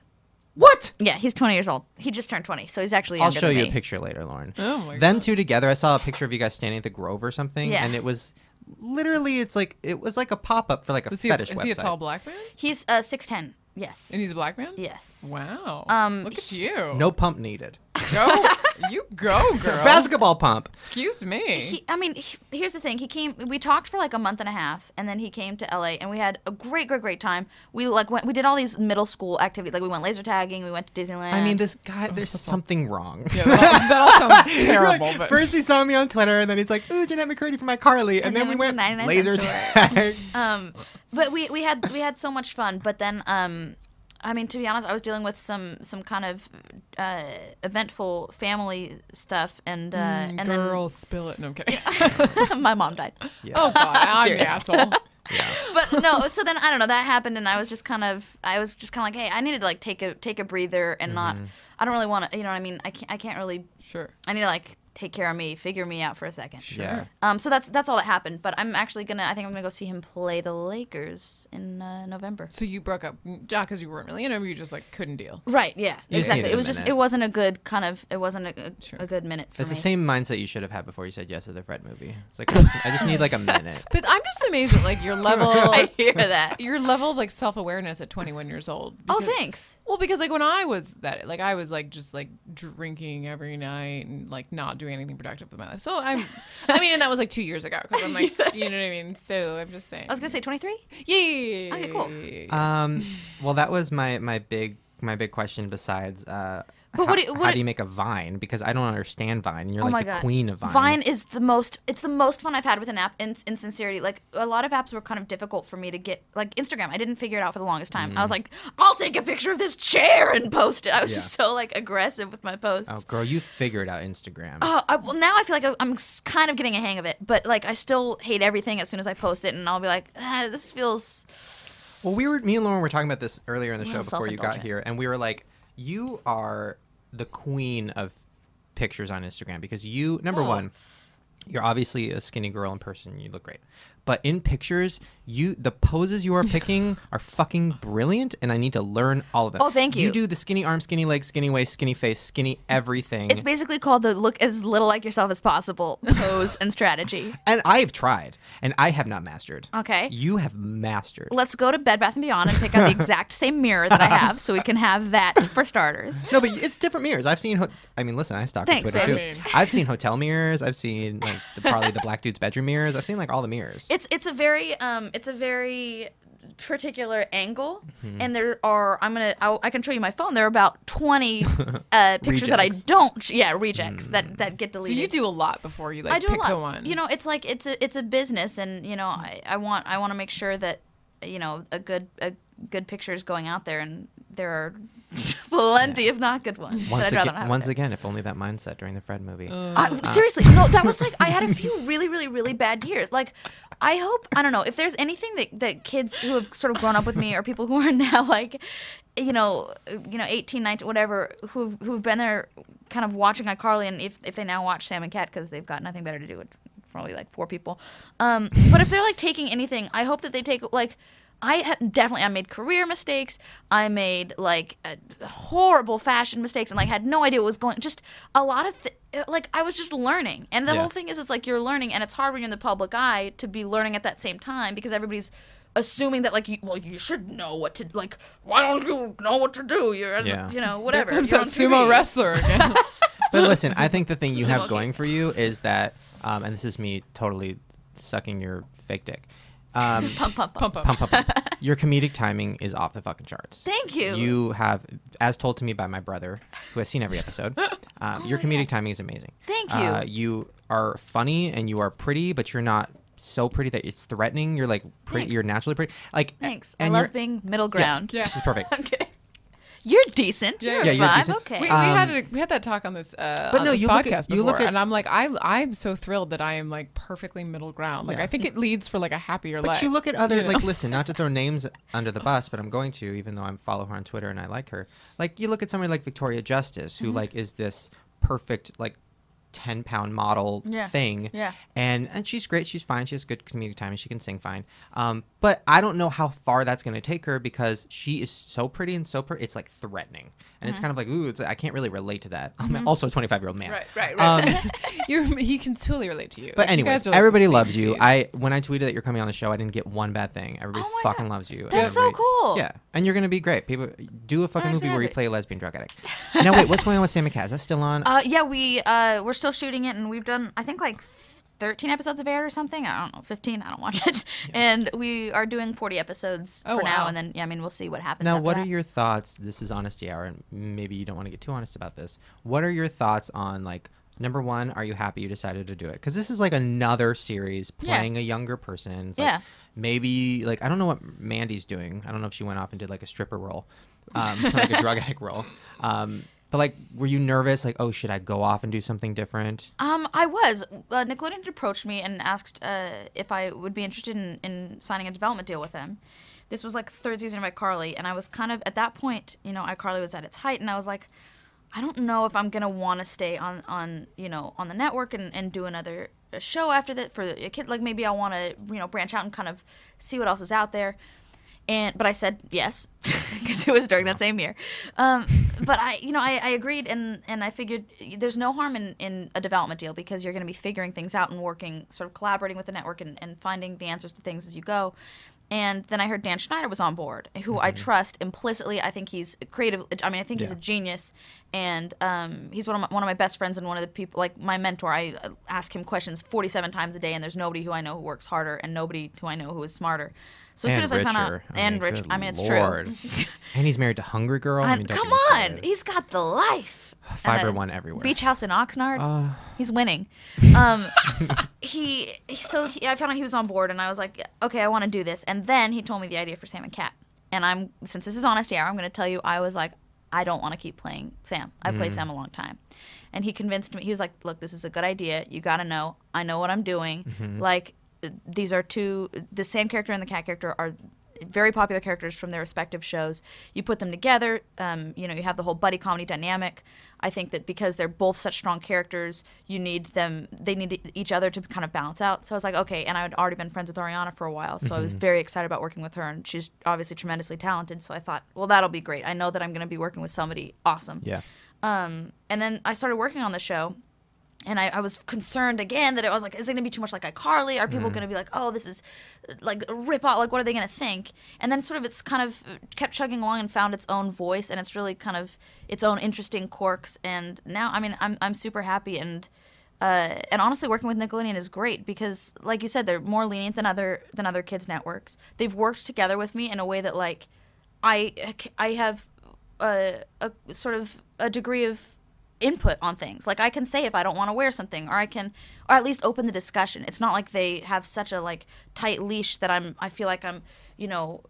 A: What?
H: Yeah, he's twenty years old. He just turned twenty, so he's actually
A: I'll
H: younger
A: show
H: than
A: you
H: me.
A: a picture later, Lauren.
B: Oh my
A: Them two together, I saw a picture of you guys standing at the Grove or something,
H: Yeah.
A: and it was literally it's like it was like a pop up for like a
B: Was he? A,
A: fetish
B: is
A: website.
B: he a tall black man?
H: He's uh six ten. Yes.
B: And he's a black man.
H: yes.
B: Wow.
H: Um,
B: Look at you.
A: no pump needed.
B: Go. you go, girl.
A: Basketball pump.
B: Excuse me.
H: He, I mean, he, here's the thing. He came. We talked for like a month and a half, and then he came to LA, and we had a great, great, great time. We like went. We did all these middle school activities. Like we went laser tagging. We went to Disneyland.
A: I mean, this guy. There's something wrong.
B: Oh, yeah, that, all, that all sounds
A: Like,
B: terrible. But
A: First he saw me on Twitter, and then he's like, "Ooh, Jeanette McCurdy for my Carly," and,
H: And
A: then,
H: then
A: we
H: went
A: went
H: to the 99
A: laser
H: cent
A: tag.
H: um, but we we had we had so much fun. But then, um, I mean, to be honest, I was dealing with some some kind of uh, eventful family stuff, and uh, and
B: Mm, girl, spill it. No, I'm kidding.
H: then my mom died.
B: Oh God, I'm the
H: serious.
B: asshole.
H: But no, so then I don't know. That happened, and I was just kind of I was just kind of like, hey, I needed to like take a take a breather and not. I don't really want to. You know what I mean? I can't. I can't really.
B: Sure.
H: I need to like take care of me, figure me out for a second.
A: Yeah.
H: Um, so that's that's all that happened. But I'm actually gonna. I think I'm gonna go see him play the Lakers in uh, November.
B: So you broke up, not because you weren't really into him. You just like couldn't deal.
H: Right. Yeah.
A: You just
H: exactly.
A: needed
H: It
A: a
H: was just.
A: minute.
H: It wasn't a good kind of. It wasn't a, a,
B: Sure.
H: a good minute for
A: It's
H: me.
A: the same mindset you should have had before you said yes to the Fred movie. It's like I just, I just need like a minute.
B: But I'm just amazed at like your level,
H: I hear that.
B: your level of like self awareness at 21 years old.
H: oh,
B: because-
H: thanks.
B: Well, because like when I was that, like I was like just like drinking every night and like not doing anything productive with my life. So I'm, I mean, and that was like two years ago. Because I'm like, you know what I mean. So I'm just saying.
H: I was gonna say 23.
B: yeah, yeah, yeah,
H: Okay,
B: yeah,
H: cool.
B: yeah, yeah, yeah.
A: Um, well, that was my my big my big question. Besides, uh,
H: But
A: how,
H: what do- what
A: how
H: do-
A: do you make a Vine? Because I don't understand Vine. and You're
H: oh
A: like
H: my
A: the
H: god.
A: queen of Vine.
H: Vine is the most. It's the most fun I've had with an app. In, in sincerity, like a lot of apps were kind of difficult for me to get. Like Instagram, I didn't figure it out for the longest time. I was like, I'll take a picture of this chair and post it. I was
A: Mm. Yeah.
H: just so like aggressive with my posts.
A: Oh, girl, you figured out Instagram.
H: Oh, I, well, now I feel like I- I'm s- kind of getting a hang of it, but like I still hate everything as soon as I post it, and I'll be like, ah, this feels.
A: Well, we were me and Lauren were talking about this earlier in the show
H: little
A: before you got
H: self-indulgent.
A: here, and we were like, "You are the queen of
H: Oh.
A: pictures on Instagram because you number one, you're obviously a skinny girl in person. You look great, But in pictures, you the poses you are picking are fucking brilliant, and I need to learn all of them.
H: Oh, thank
A: You
H: you.
A: do the skinny arm, skinny leg, skinny waist, skinny face, skinny everything.
H: It's basically called the look as little like yourself as possible pose and strategy.
A: and I have tried, and I have not mastered.
H: Okay.
A: You have mastered.
H: Let's go to Bed Bath and Beyond and pick out the exact same mirror that I have, so we can have that for starters.
A: No, but it's different mirrors. I've seen. Ho- I mean, listen, I stalk your
H: Thanks,
A: Twitter too.
B: babe. I mean-
A: I've seen hotel mirrors. I've seen like the, probably the black dude's bedroom mirrors. I've seen like all the mirrors.
H: It's it's a very um it's a very particular angle, and there are I'm gonna I, I can show you my phone. There are about twenty uh, pictures that I
A: Rejects.
H: don't yeah rejects that that get
B: So
H: deleted.
B: you do a lot before you like
H: I do
B: pick
H: a lot.
B: the one. Mm-hmm.
H: You know, it's like it's a it's a business, and you know, I, I want I want to make sure that you know a good a good picture is going out there, and there are plenty of not good ones.
A: once
H: that I'd rather not
A: again,
H: have
A: once uh,
H: there.
A: again, if only that mindset during the Fred movie.
H: I, seriously, no, that was like I had a few really, really, really bad years. Like, I hope I don't know if there's anything that that kids who have sort of grown up with me or people who are now like, you know, you know, 18, 19, whatever, who've who've been there, kind of watching iCarly, and if if they now watch Sam and Cat because they've got nothing better to do, which probably like four people. Um, but if they're like taking anything, I hope that they take like. I ha- definitely I made career mistakes. I made like a horrible fashion mistakes and like had no idea what was going. Just a lot of th- uh, like I was just learning. And the
A: Yeah.
H: whole thing is it's like you're learning and it's hard when you're in the public eye to be learning at that same time because everybody's assuming that like you, well you should know what to like why don't you know what to do you're in the-
A: Yeah.
H: you know
B: there
H: whatever
B: comes
H: you're
B: that
H: on
B: sumo
H: TV.
B: wrestler again.
A: but listen, I think the thing you have
H: okay.
A: going for you is that, um, and this is me totally sucking your fake dick. Um,
H: pump pump pump
B: pump
A: pump,
B: up.
A: pump, pump. Your comedic timing is off the fucking charts.
H: Thank you.
A: You have, as told to me by my brother, who has seen every episode, um, your comedic timing is amazing.
H: Oh Thank
A: Uh,
H: you.
A: you are funny and you are pretty, but you're not so pretty that it's threatening. You're like pretty.
H: Thanks.
A: You're naturally pretty. Like
H: thanks
A: and
H: I
A: you're-
H: love being middle
A: Yes,
H: ground
B: Yeah.
A: you're perfect.
H: you're decent
B: Yeah.
H: you're
A: Yeah,
H: a
A: you're
H: five
A: decent.
H: okay
B: We, we
A: Um,
B: had a, we had that talk on this uh,
A: But
B: on
A: no,
B: this
A: you look
B: podcast
A: at-
B: before,
A: you look at-
B: and I'm like I'm I'm so thrilled that I am like perfectly middle ground. Like I think it leads for like a happier
A: But
B: life.
A: you look at other like listen, not to throw names under the bus, but I'm going to, even though I follow her on Twitter and I like her. Like you look at somebody like Victoria Justice, who like is this perfect like ten pound model
H: Yeah.
A: thing.
H: Yeah.
A: And and she's great, she's fine, she has good comedic timing, she can sing fine. Um, but I don't know how far that's gonna take her because she is so pretty and so pretty it's like threatening. And it's kind of like, ooh, it's I can't really relate to that. I'm also a twenty five year old man.
B: right, right,
A: Um,
B: right. You're, he can totally relate to you.
A: But
B: Like, you
A: anyways,
B: guys are, like, the
A: everybody
B: same
A: loves you.
B: disease.
A: I when I tweeted that you're coming on the show, I didn't get one bad thing. Everybody
H: Oh my
A: fucking
H: God.
A: loves you. and
H: That's so
A: everybody-
H: cool.
A: Yeah, and you're gonna be great. People, do a fucking
H: I
A: movie where you
H: understand it.
A: play a lesbian drug addict. now wait, what's going on with Sam and Cat? Is that still on?
H: Uh, yeah, we uh, we're still shooting it, and we've done I think like thirteen episodes of air or something. I don't know, fifteen. I don't watch it. And we are doing forty episodes
B: Oh,
H: for now,
B: wow.
H: and then yeah, I mean we'll see what happens.
A: now,
H: after
A: what are
H: that.
A: your thoughts? This is honesty hour, and maybe you don't want to get too honest about this. What are your thoughts on like? Number one, are you happy you decided to do it? Because this is like another series
H: Yeah.
A: playing a younger person. It's like,
H: Yeah.
A: Maybe like I don't know what Mandy's doing. I don't know if she went off and did like a stripper role, um, or, like a drug addict role. Um, but like, were you nervous? Like, oh, should I go off and do something different?
H: Um, I was. Uh, Nickelodeon had approached me and asked uh, if I would be interested in, in signing a development deal with them. This was like third season of iCarly, and I was kind of at that point, you know, iCarly was at its height, and I was like, I don't know if I'm gonna want to stay on on you know on the network and, and do another uh, show after that for a kid. Like maybe I want to you know branch out and kind of see what else is out there and but I said yes because it was during that same year. Um, but I, you know, I, I agreed and and I figured there's no harm in, in a development deal because you're going to be figuring things out and working, sort of collaborating with the network and, and finding the answers to things as you go. And then I heard Dan Schneider was on board, who I trust implicitly. I think he's creative. I mean, I think he's a
A: Yeah.
H: genius, and um, he's one of my, one of my best friends and one of the people like my mentor. I uh, ask him questions 47 times a day, and there's nobody who I know who works harder and nobody who I know who is smarter. So as soon
A: And
H: as I found out,
A: richer. I
H: and
A: mean,
H: rich,
A: good
H: I mean, it's
A: Lord.
H: true.
A: and he's married to Hungry Girl. I
H: And
A: mean, don't get
H: come
A: me
H: on,
A: started.
H: he's got the life. And
A: Fiber
H: then
A: one everywhere. Uh.
H: Beach house in Oxnard. he's winning. Um, he he- so he, I found out he was on board, and I was like, okay, I want to do this. And then he told me the idea for Sam and Cat. And I'm since this is honesty hour, I'm going to tell you, I was like, I don't want to keep playing Sam. I've
A: Mm.
H: played Sam a long time. And he convinced me. He was like, look, this is a good idea. You got to know.
A: Mm-hmm.
H: uh, I know what I'm doing. Like these are two. The Sam character and the Cat character are very popular characters from their respective shows. You put them together, um, you know, you have the whole buddy comedy dynamic. I think that because they're both such strong characters, you need them, they need each other to kind of balance out. So I was like, okay, and I had already been friends with Ariana for a while, so I was very excited about working with her, and she's obviously tremendously talented. So I thought, well, that'll be great. I know that I'm going to be working with somebody awesome.
A: Yeah.
H: Um, and then I started working on the show, and I, I was concerned again that it was like, is it gonna be too much like iCarly? Are people gonna be like, oh, this is uh, like a rip off? Like, what are they gonna think? And then sort of it's kind of uh, kept chugging along and found its own voice, and it's really kind of its own interesting quirks. And now, I mean, I'm I'm super happy and. Uh, and honestly, working with Nickelodeon is great because, like you said, they're more lenient than other than other kids networks. They've worked together with me in a way that, like, I I have a, a sort of a degree of input on things. Like I can say if I don't want to wear something, or I can, or at least open the discussion. It's not like they have such a like tight leash that I'm. I feel like I'm, you know,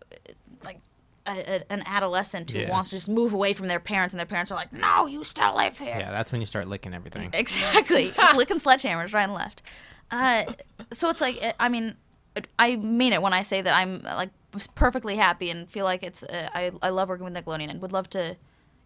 H: like a, a, an adolescent who
A: Yeah.
H: wants to just move away from their parents, and their parents are like, "No, you still live here."
A: Yeah, that's when you start licking everything.
H: Exactly. It's licking sledgehammers right and left. Uh, so it's like, uh, I mean, I mean it when I say that I'm uh, like perfectly happy and feel like it's, uh, I, I love working with Nickelodeon and would love to,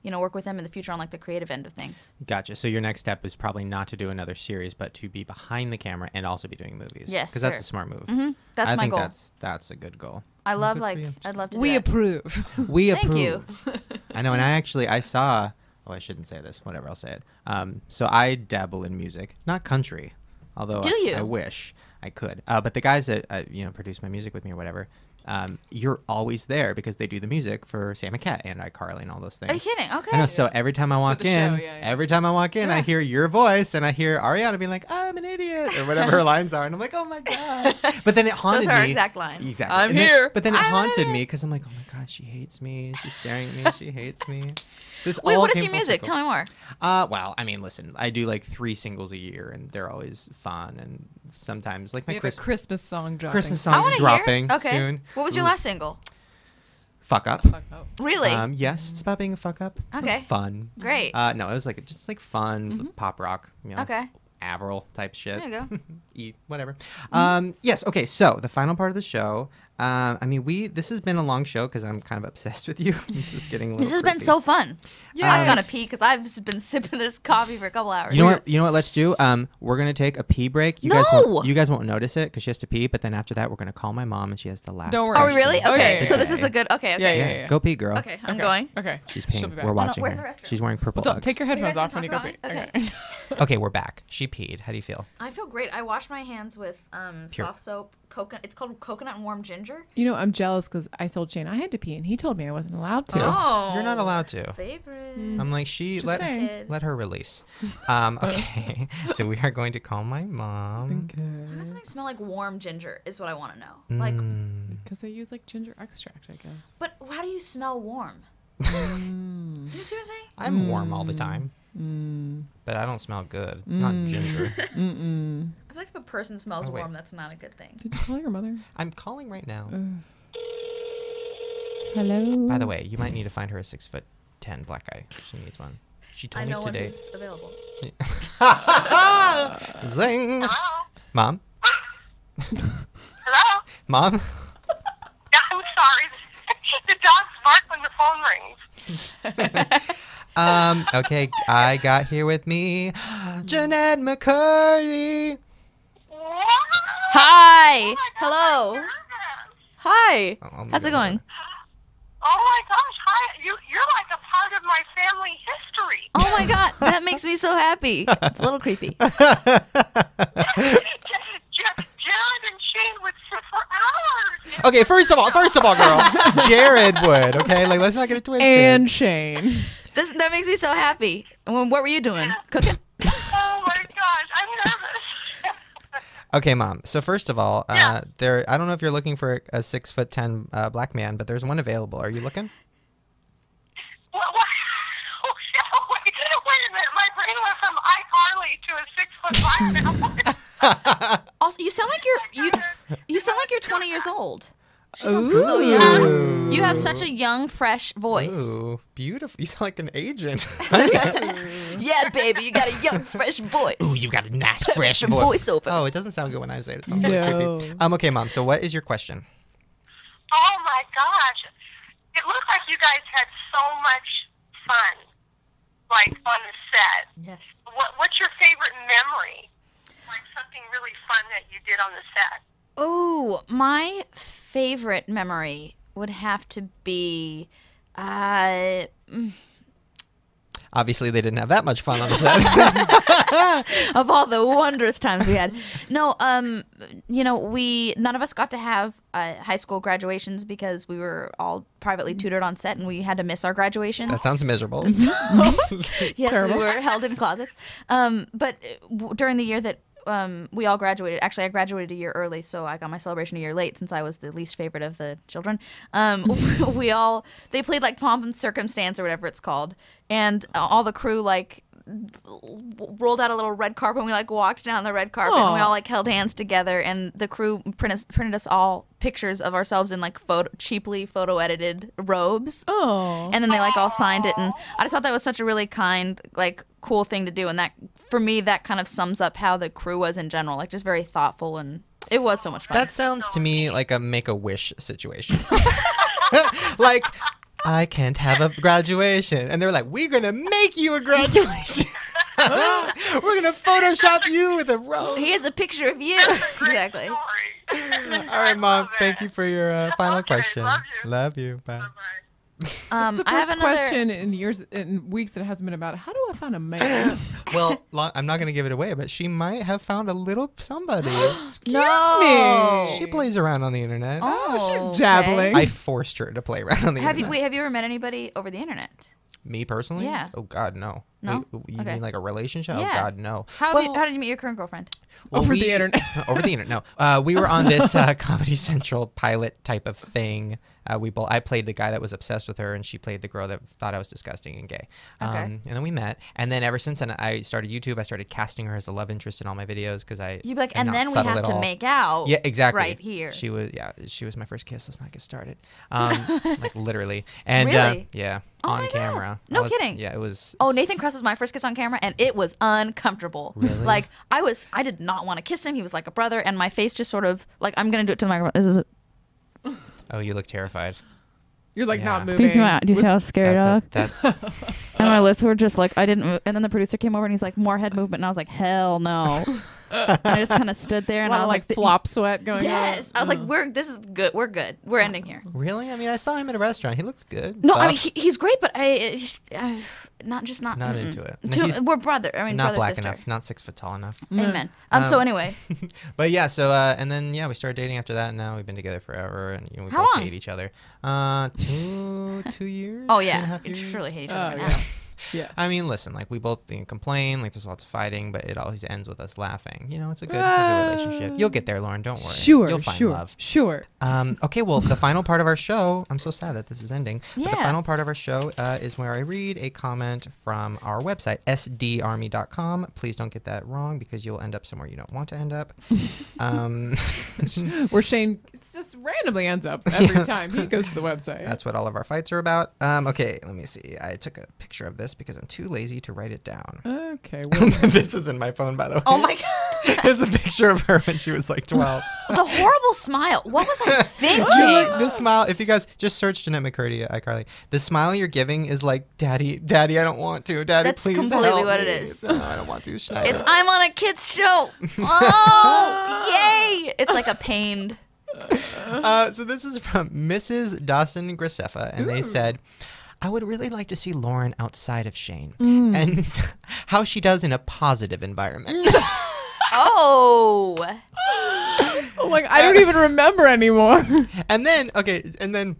H: you know, work with them in the future on like the creative end of things.
A: Gotcha. So your next step is probably not to do another series, but to be behind the camera and also be doing movies.
H: Yes,
A: because that's
H: sir.
A: a smart move.
H: That's
A: I
H: my
A: think
H: goal.
A: That's that's a good goal.
H: I love
A: good for
H: like,
A: you.
H: I'd love to
B: We
H: do that.
B: approve.
A: We
H: Thank you.
A: approve. I know, and I actually I saw. Oh, I shouldn't say this. Whatever, I'll say it. Um, so I dabble in music, not country, although
H: Do
A: I,
H: you?
A: I wish I could. Uh, but the guys that uh, you know produce my music with me or whatever, um, you're always there because they do the music for Sam and Cat and iCarly and all those things.
H: Are you kidding? Okay.
A: I know. So every time I walk
B: the show,
A: in,
B: yeah, yeah.
A: every time I walk in, I hear your voice and I hear Ariana being like, "I'm an idiot" or whatever her lines are, and I'm like, "Oh my god!" But then it haunted
H: are our
A: me.
H: exact lines.
A: Exactly.
B: I'm
A: And then-
B: here.
A: but then it
H: I'm an
A: haunted me because I'm like, "Oh my god, she hates me. She's staring at me. She hates me." This
H: Wait,
A: all
H: what is
A: came
H: your
A: full
H: music?
A: circle.
H: Tell me more.
A: Uh, well, I mean, listen, I do like three singles a year, and they're always fun, and sometimes like
B: we
A: my
B: have a
A: Christmas.
B: Christmas song dropping.
A: Christmas
B: soon.
H: I
A: song
H: want
A: is
H: to
A: dropping
H: hear. Okay.
A: soon.
H: What was your
A: Ooh,
H: last single?
A: fuck up?
B: Fuck up.
H: Really?
A: Um, yes, it's about being a fuck up. It was
H: Okay.
A: Fun.
H: Great. Mm-hmm.
A: Uh, no, it was like just like fun pop rock. You know,
H: Okay.
A: Avril type shit.
H: There you go. Mm-hmm.
A: Eat whatever. Um, yes. Okay. So the final part of the show. Um, I mean, we this has been a long show because I'm kind of obsessed with you. this is getting. A little
H: this has been
A: creepy.
H: so fun. Yeah, I'm
A: Um,
H: gonna pee because I've just been sipping this coffee for a couple hours.
A: You know what? You know what? Let's do. Um, we're gonna take a pee break. You guys
H: No!
A: won't. You guys won't notice it because she has to pee. But then after that, we're gonna call my mom and she has the last.
B: Don't worry.
H: Are we really?
A: question.
B: Oh, yeah,
H: Okay.
B: yeah,
H: so
B: yeah,
H: this is
A: yeah.
H: a good. Okay. Okay.
B: Yeah, yeah, yeah. yeah.
A: Go pee, girl.
H: Okay. I'm going.
B: Okay.
A: She's
B: She'll
A: peeing.
B: be back.
A: We're watching
H: where's the
A: her.
H: restroom?
A: She's wearing purple.
B: Don't
A: Uggs.
B: take your headphones
H: guys
B: off when you go
H: wanna
B: pee.
H: talk about it?
B: Okay.
A: Okay, we're back. She peed. How do you feel?
H: I feel great. I wash my hands with um,
A: Pure.
H: soft soap, coconut. It's called coconut and warm ginger.
B: You know, I'm jealous because I told Shane I had to pee, and he told me I wasn't allowed to.
H: Oh,
A: You're not Mm. allowed to.
H: Favorite.
A: I'm like, she let
B: saying.
H: Kid.
A: let her release. Um, okay, so we are going to call my mom.
H: Why does something smell like warm ginger? Is what I want to
A: Mm.
H: know. Like,
B: Because they use like ginger extract, I guess.
H: but how do you smell warm?
A: Mm.
H: Do you see what I'm saying?
A: I'm warm
H: Mm.
A: all the time, but I don't smell good. Not ginger.
H: I feel like if a person smells
A: Oh, wait.
H: warm, that's not a good thing.
B: Did you call your mother?
A: I'm calling right now.
H: Uh-huh.
B: Hello.
A: By the way, you might need to find her a six foot ten black guy. She needs one. She told
H: I
A: me
H: know one
A: today.
H: who's available. uh,
A: Zing. Mom.
G: Hello?
A: Mom.
G: Yeah, I'm sorry. the dog's bark when the phone rings.
A: Um, okay, I got here with me, Jeanette McCurdy.
G: What?
H: Hi. Hello. Hi.
A: Oh, oh my
H: How's it
A: God.
H: going?
G: Oh my gosh, hi. You, you're like a part of my family history.
H: Oh my god, that makes me so happy. It's a little creepy.
G: J- Jared and Shane would sit for hours.
A: Okay, first of all, first of all, girl, Jared would. Okay, like let's not get it twisted.
B: And Shane.
H: This that makes me so happy. Well, what were you doing? Cooking?
G: Oh my gosh, I'm nervous.
A: okay, mom. So first of all, uh, there. I don't know if you're looking for a six foot ten uh, black man, but there's one available. Are you looking?
G: what, what? Wait, wait a minute. My brain went from iCarly to a six foot five now.
H: Also, you sound like you're you you sound like you're 20 years old. She sounds
B: Ooh.
H: so young. You have such a young, fresh voice.
A: Ooh, beautiful. You sound like an agent.
H: Yeah, baby, you got a young, fresh voice.
A: Ooh, you've got a nice fresh voice.
H: voiceover.
A: Oh, it doesn't sound good when I say it. It sounds really creepy.
B: No.
A: Um. Okay, mom. So what is your question?
G: oh my gosh, it looked like you guys had so much fun, like on the set.
H: Yes.
G: What, what's your favorite memory? Like something really fun that you did on the set.
H: Oh, my favorite memory would have to be uh
A: Obviously, they didn't have that much fun on the set.
H: of all the wondrous times we had. No, um, you know, we none of us got to have uh, high school graduations because we were all privately tutored on set, and we had to miss our graduations.
A: that sounds miserable.
H: yes, we were held in closets. Um, but uh, w- during the year that um, we all graduated, actually, I graduated a year early, so I got my celebration a year late since I was the least favorite of the children. Um, we all they played like pomp and circumstance or whatever it's called, and uh, all the crew like w- rolled out a little red carpet and we like walked down the red carpet and we
B: Aw.
H: all like held hands together and the crew print us, printed us all pictures of ourselves in like photo cheaply photo edited robes
B: Oh.
H: and then they like all signed it and i just thought that was such a really kind like cool thing to do and that for me that kind of sums up how the crew was in general like just very thoughtful and it was so much fun
A: That sounds to me like a make a wish situation. like, I can't have a graduation. And they're like, we're going to make you a graduation. we're going to Photoshop you with a robe.
H: here's a picture of you exactly
G: Story.
A: All right, Mom, thank you for your uh, final
G: Okay,
A: question.
G: love you.
A: Bye.
G: Bye.
H: um
B: the
H: i have
B: first
H: another
B: question in years in weeks that hasn't been about how do I find a man?
A: Well, lo- I'm not going to give it away, but she might have found a little somebody.
B: Excuse
H: No.
B: me.
A: she plays around on the internet.
B: Oh,
H: okay.
B: she's jabbling.
A: I forced her to play around on the
H: have you
A: internet.
H: wait have you ever met anybody over the internet
A: Me personally?
H: Yeah.
A: Oh, God, no.
H: No?
A: Wait, you
H: Okay.
A: mean like a relationship? Oh,
H: Yeah.
A: God, no.
H: how,
A: well,
H: did, how did you meet your current girlfriend
A: Well,
B: Over the internet.
A: over the internet. No, uh, we were on this uh, Comedy Central pilot type of thing. Uh, we both. I played the guy that was obsessed with her, and she played the girl that thought I was disgusting and gay. Um,
H: Okay.
A: And then we met, and then ever since, then, I started YouTube. I started casting her as a love interest in all my videos because I.
H: you'd be like
A: am
H: and
A: not
H: then we
A: subtle
H: have
A: at
H: to
A: all."
H: make out
A: Yeah, exactly.
H: right here.
A: She was. Yeah, she was my first kiss. Let's not get started. Um, like literally. And uh,
H: Really?
A: yeah,
H: Oh
A: on
H: my God.
A: camera. I
H: No
A: was-
H: kidding.
A: Yeah, it was.
H: Oh, Nathan Kress was my first kiss on camera, and it was uncomfortable.
A: Really?
H: Like I was, I did not want to kiss him. He was like a brother, and my face just sort of like I'm gonna do it to the microphone. This is a
A: Oh, you look terrified.
B: You're like
A: Yeah.
B: not moving.
I: Do you see my? Do you see how scared I
A: That's
I: look?
A: a, that's
I: And my lips were just like I didn't. move. And then the producer came over and he's like more head movement, and I was like hell no. and I just kind of stood there
B: A
I: and
B: lot
I: I
B: of
I: was
B: like,
I: like, the- e
B: flop sweat going
H: e-" yes.
B: on. Oh. Mm.
H: I was like, we're this is good. We're good. We're ending here.
A: Really? I mean, I saw him at a restaurant. He looks good.
H: No, I mean
A: buff,
H: he, he's great, but I, I not just not
A: Not
H: mm-mm.
A: into it.
H: Too-
A: He's
H: we're brother. I mean,
A: not
H: brother
A: black
H: sister.
A: enough, not six foot tall enough.
H: Amen. Um, so
A: Um,
H: anyway,
A: but yeah, so uh, and then yeah, we started dating after that, and now we've been together forever, and you know, we
H: How
A: both
H: long?
A: hate each other. Uh, two two years.
H: oh
A: two and a
H: yeah,
A: half
H: you
A: years.
H: surely hate each other
B: Oh,
H: by
B: yeah.
H: now.
B: yeah.
A: I mean, listen, like we both you know, complain, like there's lots of fighting, but it always ends with us laughing. You know, it's a good, a good relationship. You'll get there, Lauren. Don't worry.
B: Sure,
A: You'll find
B: sure,
A: love.
B: sure.
A: Um, okay, well, the final part of our show, I'm so sad that this is ending. But the
H: Yeah.
A: final part of our show uh, is where I read a comment from our website, sdarmy.com. Please don't get that wrong because you'll end up somewhere you don't want to end up. um,
B: Where Shane it's just randomly ends up every time he goes to the website.
A: that's what all of our fights are about. Um, okay, let me see. I took a picture of this because I'm too lazy to write it down.
B: okay. Well,
A: this is in my phone, by the way.
H: Oh my god,
A: it's a picture of her when she was like 12.
H: the horrible smile. What was I
A: You
H: thinking?
A: look, this smile, if you guys just search Jeanette McCurdy at iCarly, the smile you're giving is like, Daddy, Daddy, I don't want to. Daddy,
H: That's
A: please.
H: completely
A: help
H: what it
A: me."
H: is.
A: No, I don't want to. Schneider.
H: It's I'm on a kids show. Oh, yay! It's like a pained.
A: uh, so this is from Mrs. Dawson Graceffa, and they said, I would really like to see Lauren outside of Shane
H: Mm.
A: and how she does in a positive environment.
H: Oh,
B: oh my! I don't even remember anymore.
A: and then okay and then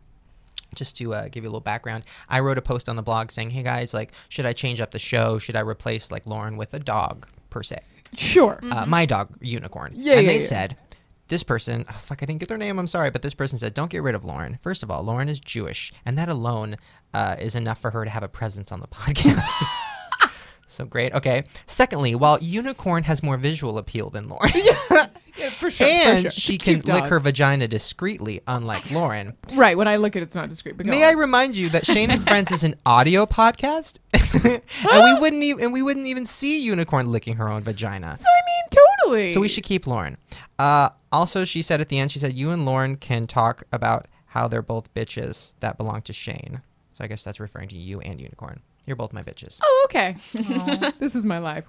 A: just to uh, give you a little background i wrote a post on the blog saying hey guys like should i change up the show should i replace like lauren with a dog per se
B: sure.
A: uh, my dog unicorn
B: Mm-hmm. Yeah,
A: and
B: yeah,
A: they
B: yeah.
A: said this person oh, fuck i didn't get their name i'm sorry but this person said don't get rid of lauren first of all lauren is jewish and that alone uh, is enough for her to have a presence on the podcast so great okay secondly while unicorn has more visual appeal than lauren
B: Yeah, for sure. for
A: and
B: sure.
A: she
B: It's a
A: can
B: cute
A: lick
B: dog.
A: her vagina discreetly unlike lauren
B: Right. When I look at it, it's not discreet. But go
A: May I
B: on.
A: remind you that Shane and Friends is an audio podcast, and we wouldn't even and we wouldn't even see unicorn licking her own vagina.
B: so I mean, totally.
A: So we should keep Lauren. Uh, also, she said at the end, she said you and Lauren can talk about how they're both bitches that belong to Shane. So I guess that's referring to you and Unicorn. You're both my bitches.
B: Oh, okay. this is my life.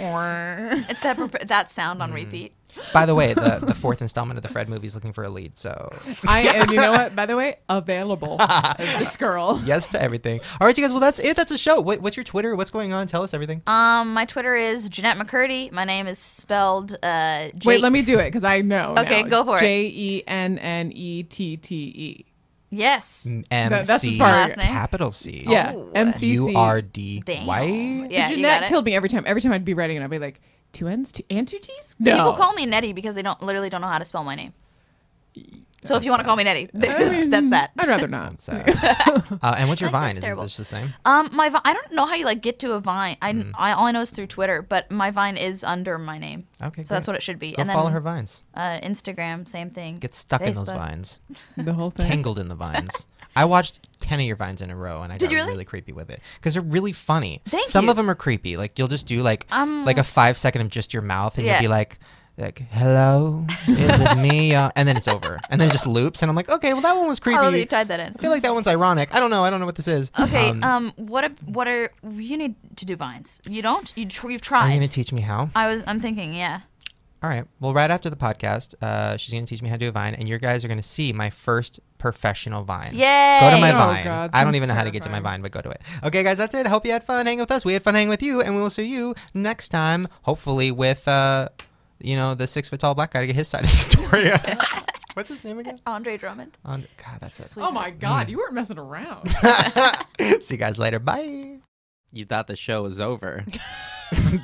B: Wah,
H: It's that prop- that sound on repeat.
A: By the way, the, the fourth installment of the Fred movie is looking for a lead. So
B: wah. I and you know what? By the way, available as this girl.
A: yes to everything. All right, you guys. Well, that's it. That's a show. What, what's your Twitter? What's going on? Tell us everything.
B: Uh,
H: Um, my Twitter is Jeanette McCurdy. My name is spelled uh. J-
B: Wait, let me do it because I know.
H: Okay,
B: now.
H: go for it.
B: J E N N E T T E.
H: Yes.
A: M
B: that's
A: C
B: his part.
H: Last name?
A: capital C.
B: Yeah.
H: Oh.
B: M C C.
A: U R D
H: Damn.
A: Y.
H: Yeah, you got
B: Jeanette
H: it.
B: killed me every time. Every time I'd be writing it, I'd be like, two N's, two and two T's. No.
H: People call me Nettie because they don't literally don't know how to spell my name. So if you want to call me Nettie,
B: I
H: that's, just,
B: mean,
H: that's that.
B: I'd rather not.
A: So, uh, and what's your
H: I think
A: Vine?
H: that's
A: Is it
H: terrible.
A: this the same?
H: Um, my Vi- I don't know how you like get to a Vine. I,
A: Mm.
H: I all I know is through Twitter, but my Vine is under my name,
A: Okay.
H: so that's
A: great.
H: what it should be.
A: Go
H: and then
A: follow her vines.
H: uh, Instagram, same thing.
A: Get stuck in those
H: Facebook.
A: vines.
B: The whole thing.
A: Tangled in the vines. I watched ten of your vines in a row, and I
H: Did
A: got
H: you really?
A: creepy with it because they're really funny.
H: Thank
A: Some
H: you.
A: of them are creepy. Like you'll just do like
H: Um,
A: like a five second of just your mouth, and
H: Yeah.
A: you'll be like. Like hello, is it me? Uh, and then it's over, and then it just loops, and I'm like, okay, well that one was creepy.
H: Oh, you tied that in.
A: I feel like that one's ironic. I don't know. I don't know what this is.
H: Okay.
A: Um,
H: Um, what? A, what are you need to do vines? You don't. You tr-
A: are
H: you've
A: you
H: tried.
A: gonna teach me how?
H: I was. I'm thinking. Yeah.
A: All right. Well, right after the podcast, uh, she's gonna teach me how to do a vine, and you guys are gonna see my first professional vine.
H: Yay!
A: Go to my
B: Oh,
A: vine.
B: God,
A: I don't
B: sounds
A: even know how to get to my
B: terrifying.
A: vine, but go to it. Okay, guys, that's it. Hope you had fun hanging with us. We had fun hanging with you, and we will see you next time. Hopefully, with uh, you know, the six foot tall black guy to get his side of the story. What's his name again?
H: Andre Drummond.
A: And- God, that's it.
B: Oh my
A: Mm.
B: God, you weren't messing around.
A: see you guys later. Bye. You thought the show was over.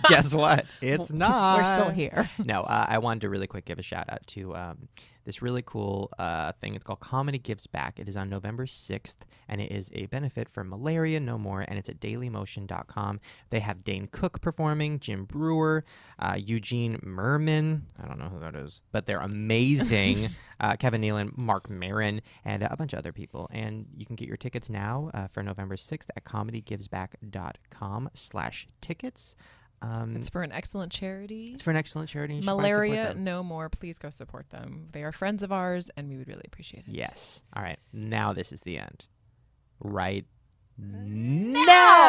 A: Guess what? It's not.
B: We're still here.
A: no, uh, I wanted to really quick give a shout out to um, this really cool uh, thing. It's called Comedy Gives Back. It is on November 6th, and it is a benefit for Malaria No More, and it's at dailymotion.com. They have Dane Cook performing, Jim Brewer, uh, Eugene Merman. I don't know who that is, but they're amazing. uh, Kevin Nealon, Mark Marin, and a bunch of other people. And you can get your tickets now uh, for November 6th at comedygivesback.com slash tickets. Um,
B: It's for an excellent charity.
A: it's for an excellent charity. and you should probably support
B: Malaria
A: them.
B: no more. Please go support them. They are friends of ours, and we would really appreciate it.
A: Yes. All right. Now this is the end. Right. Now.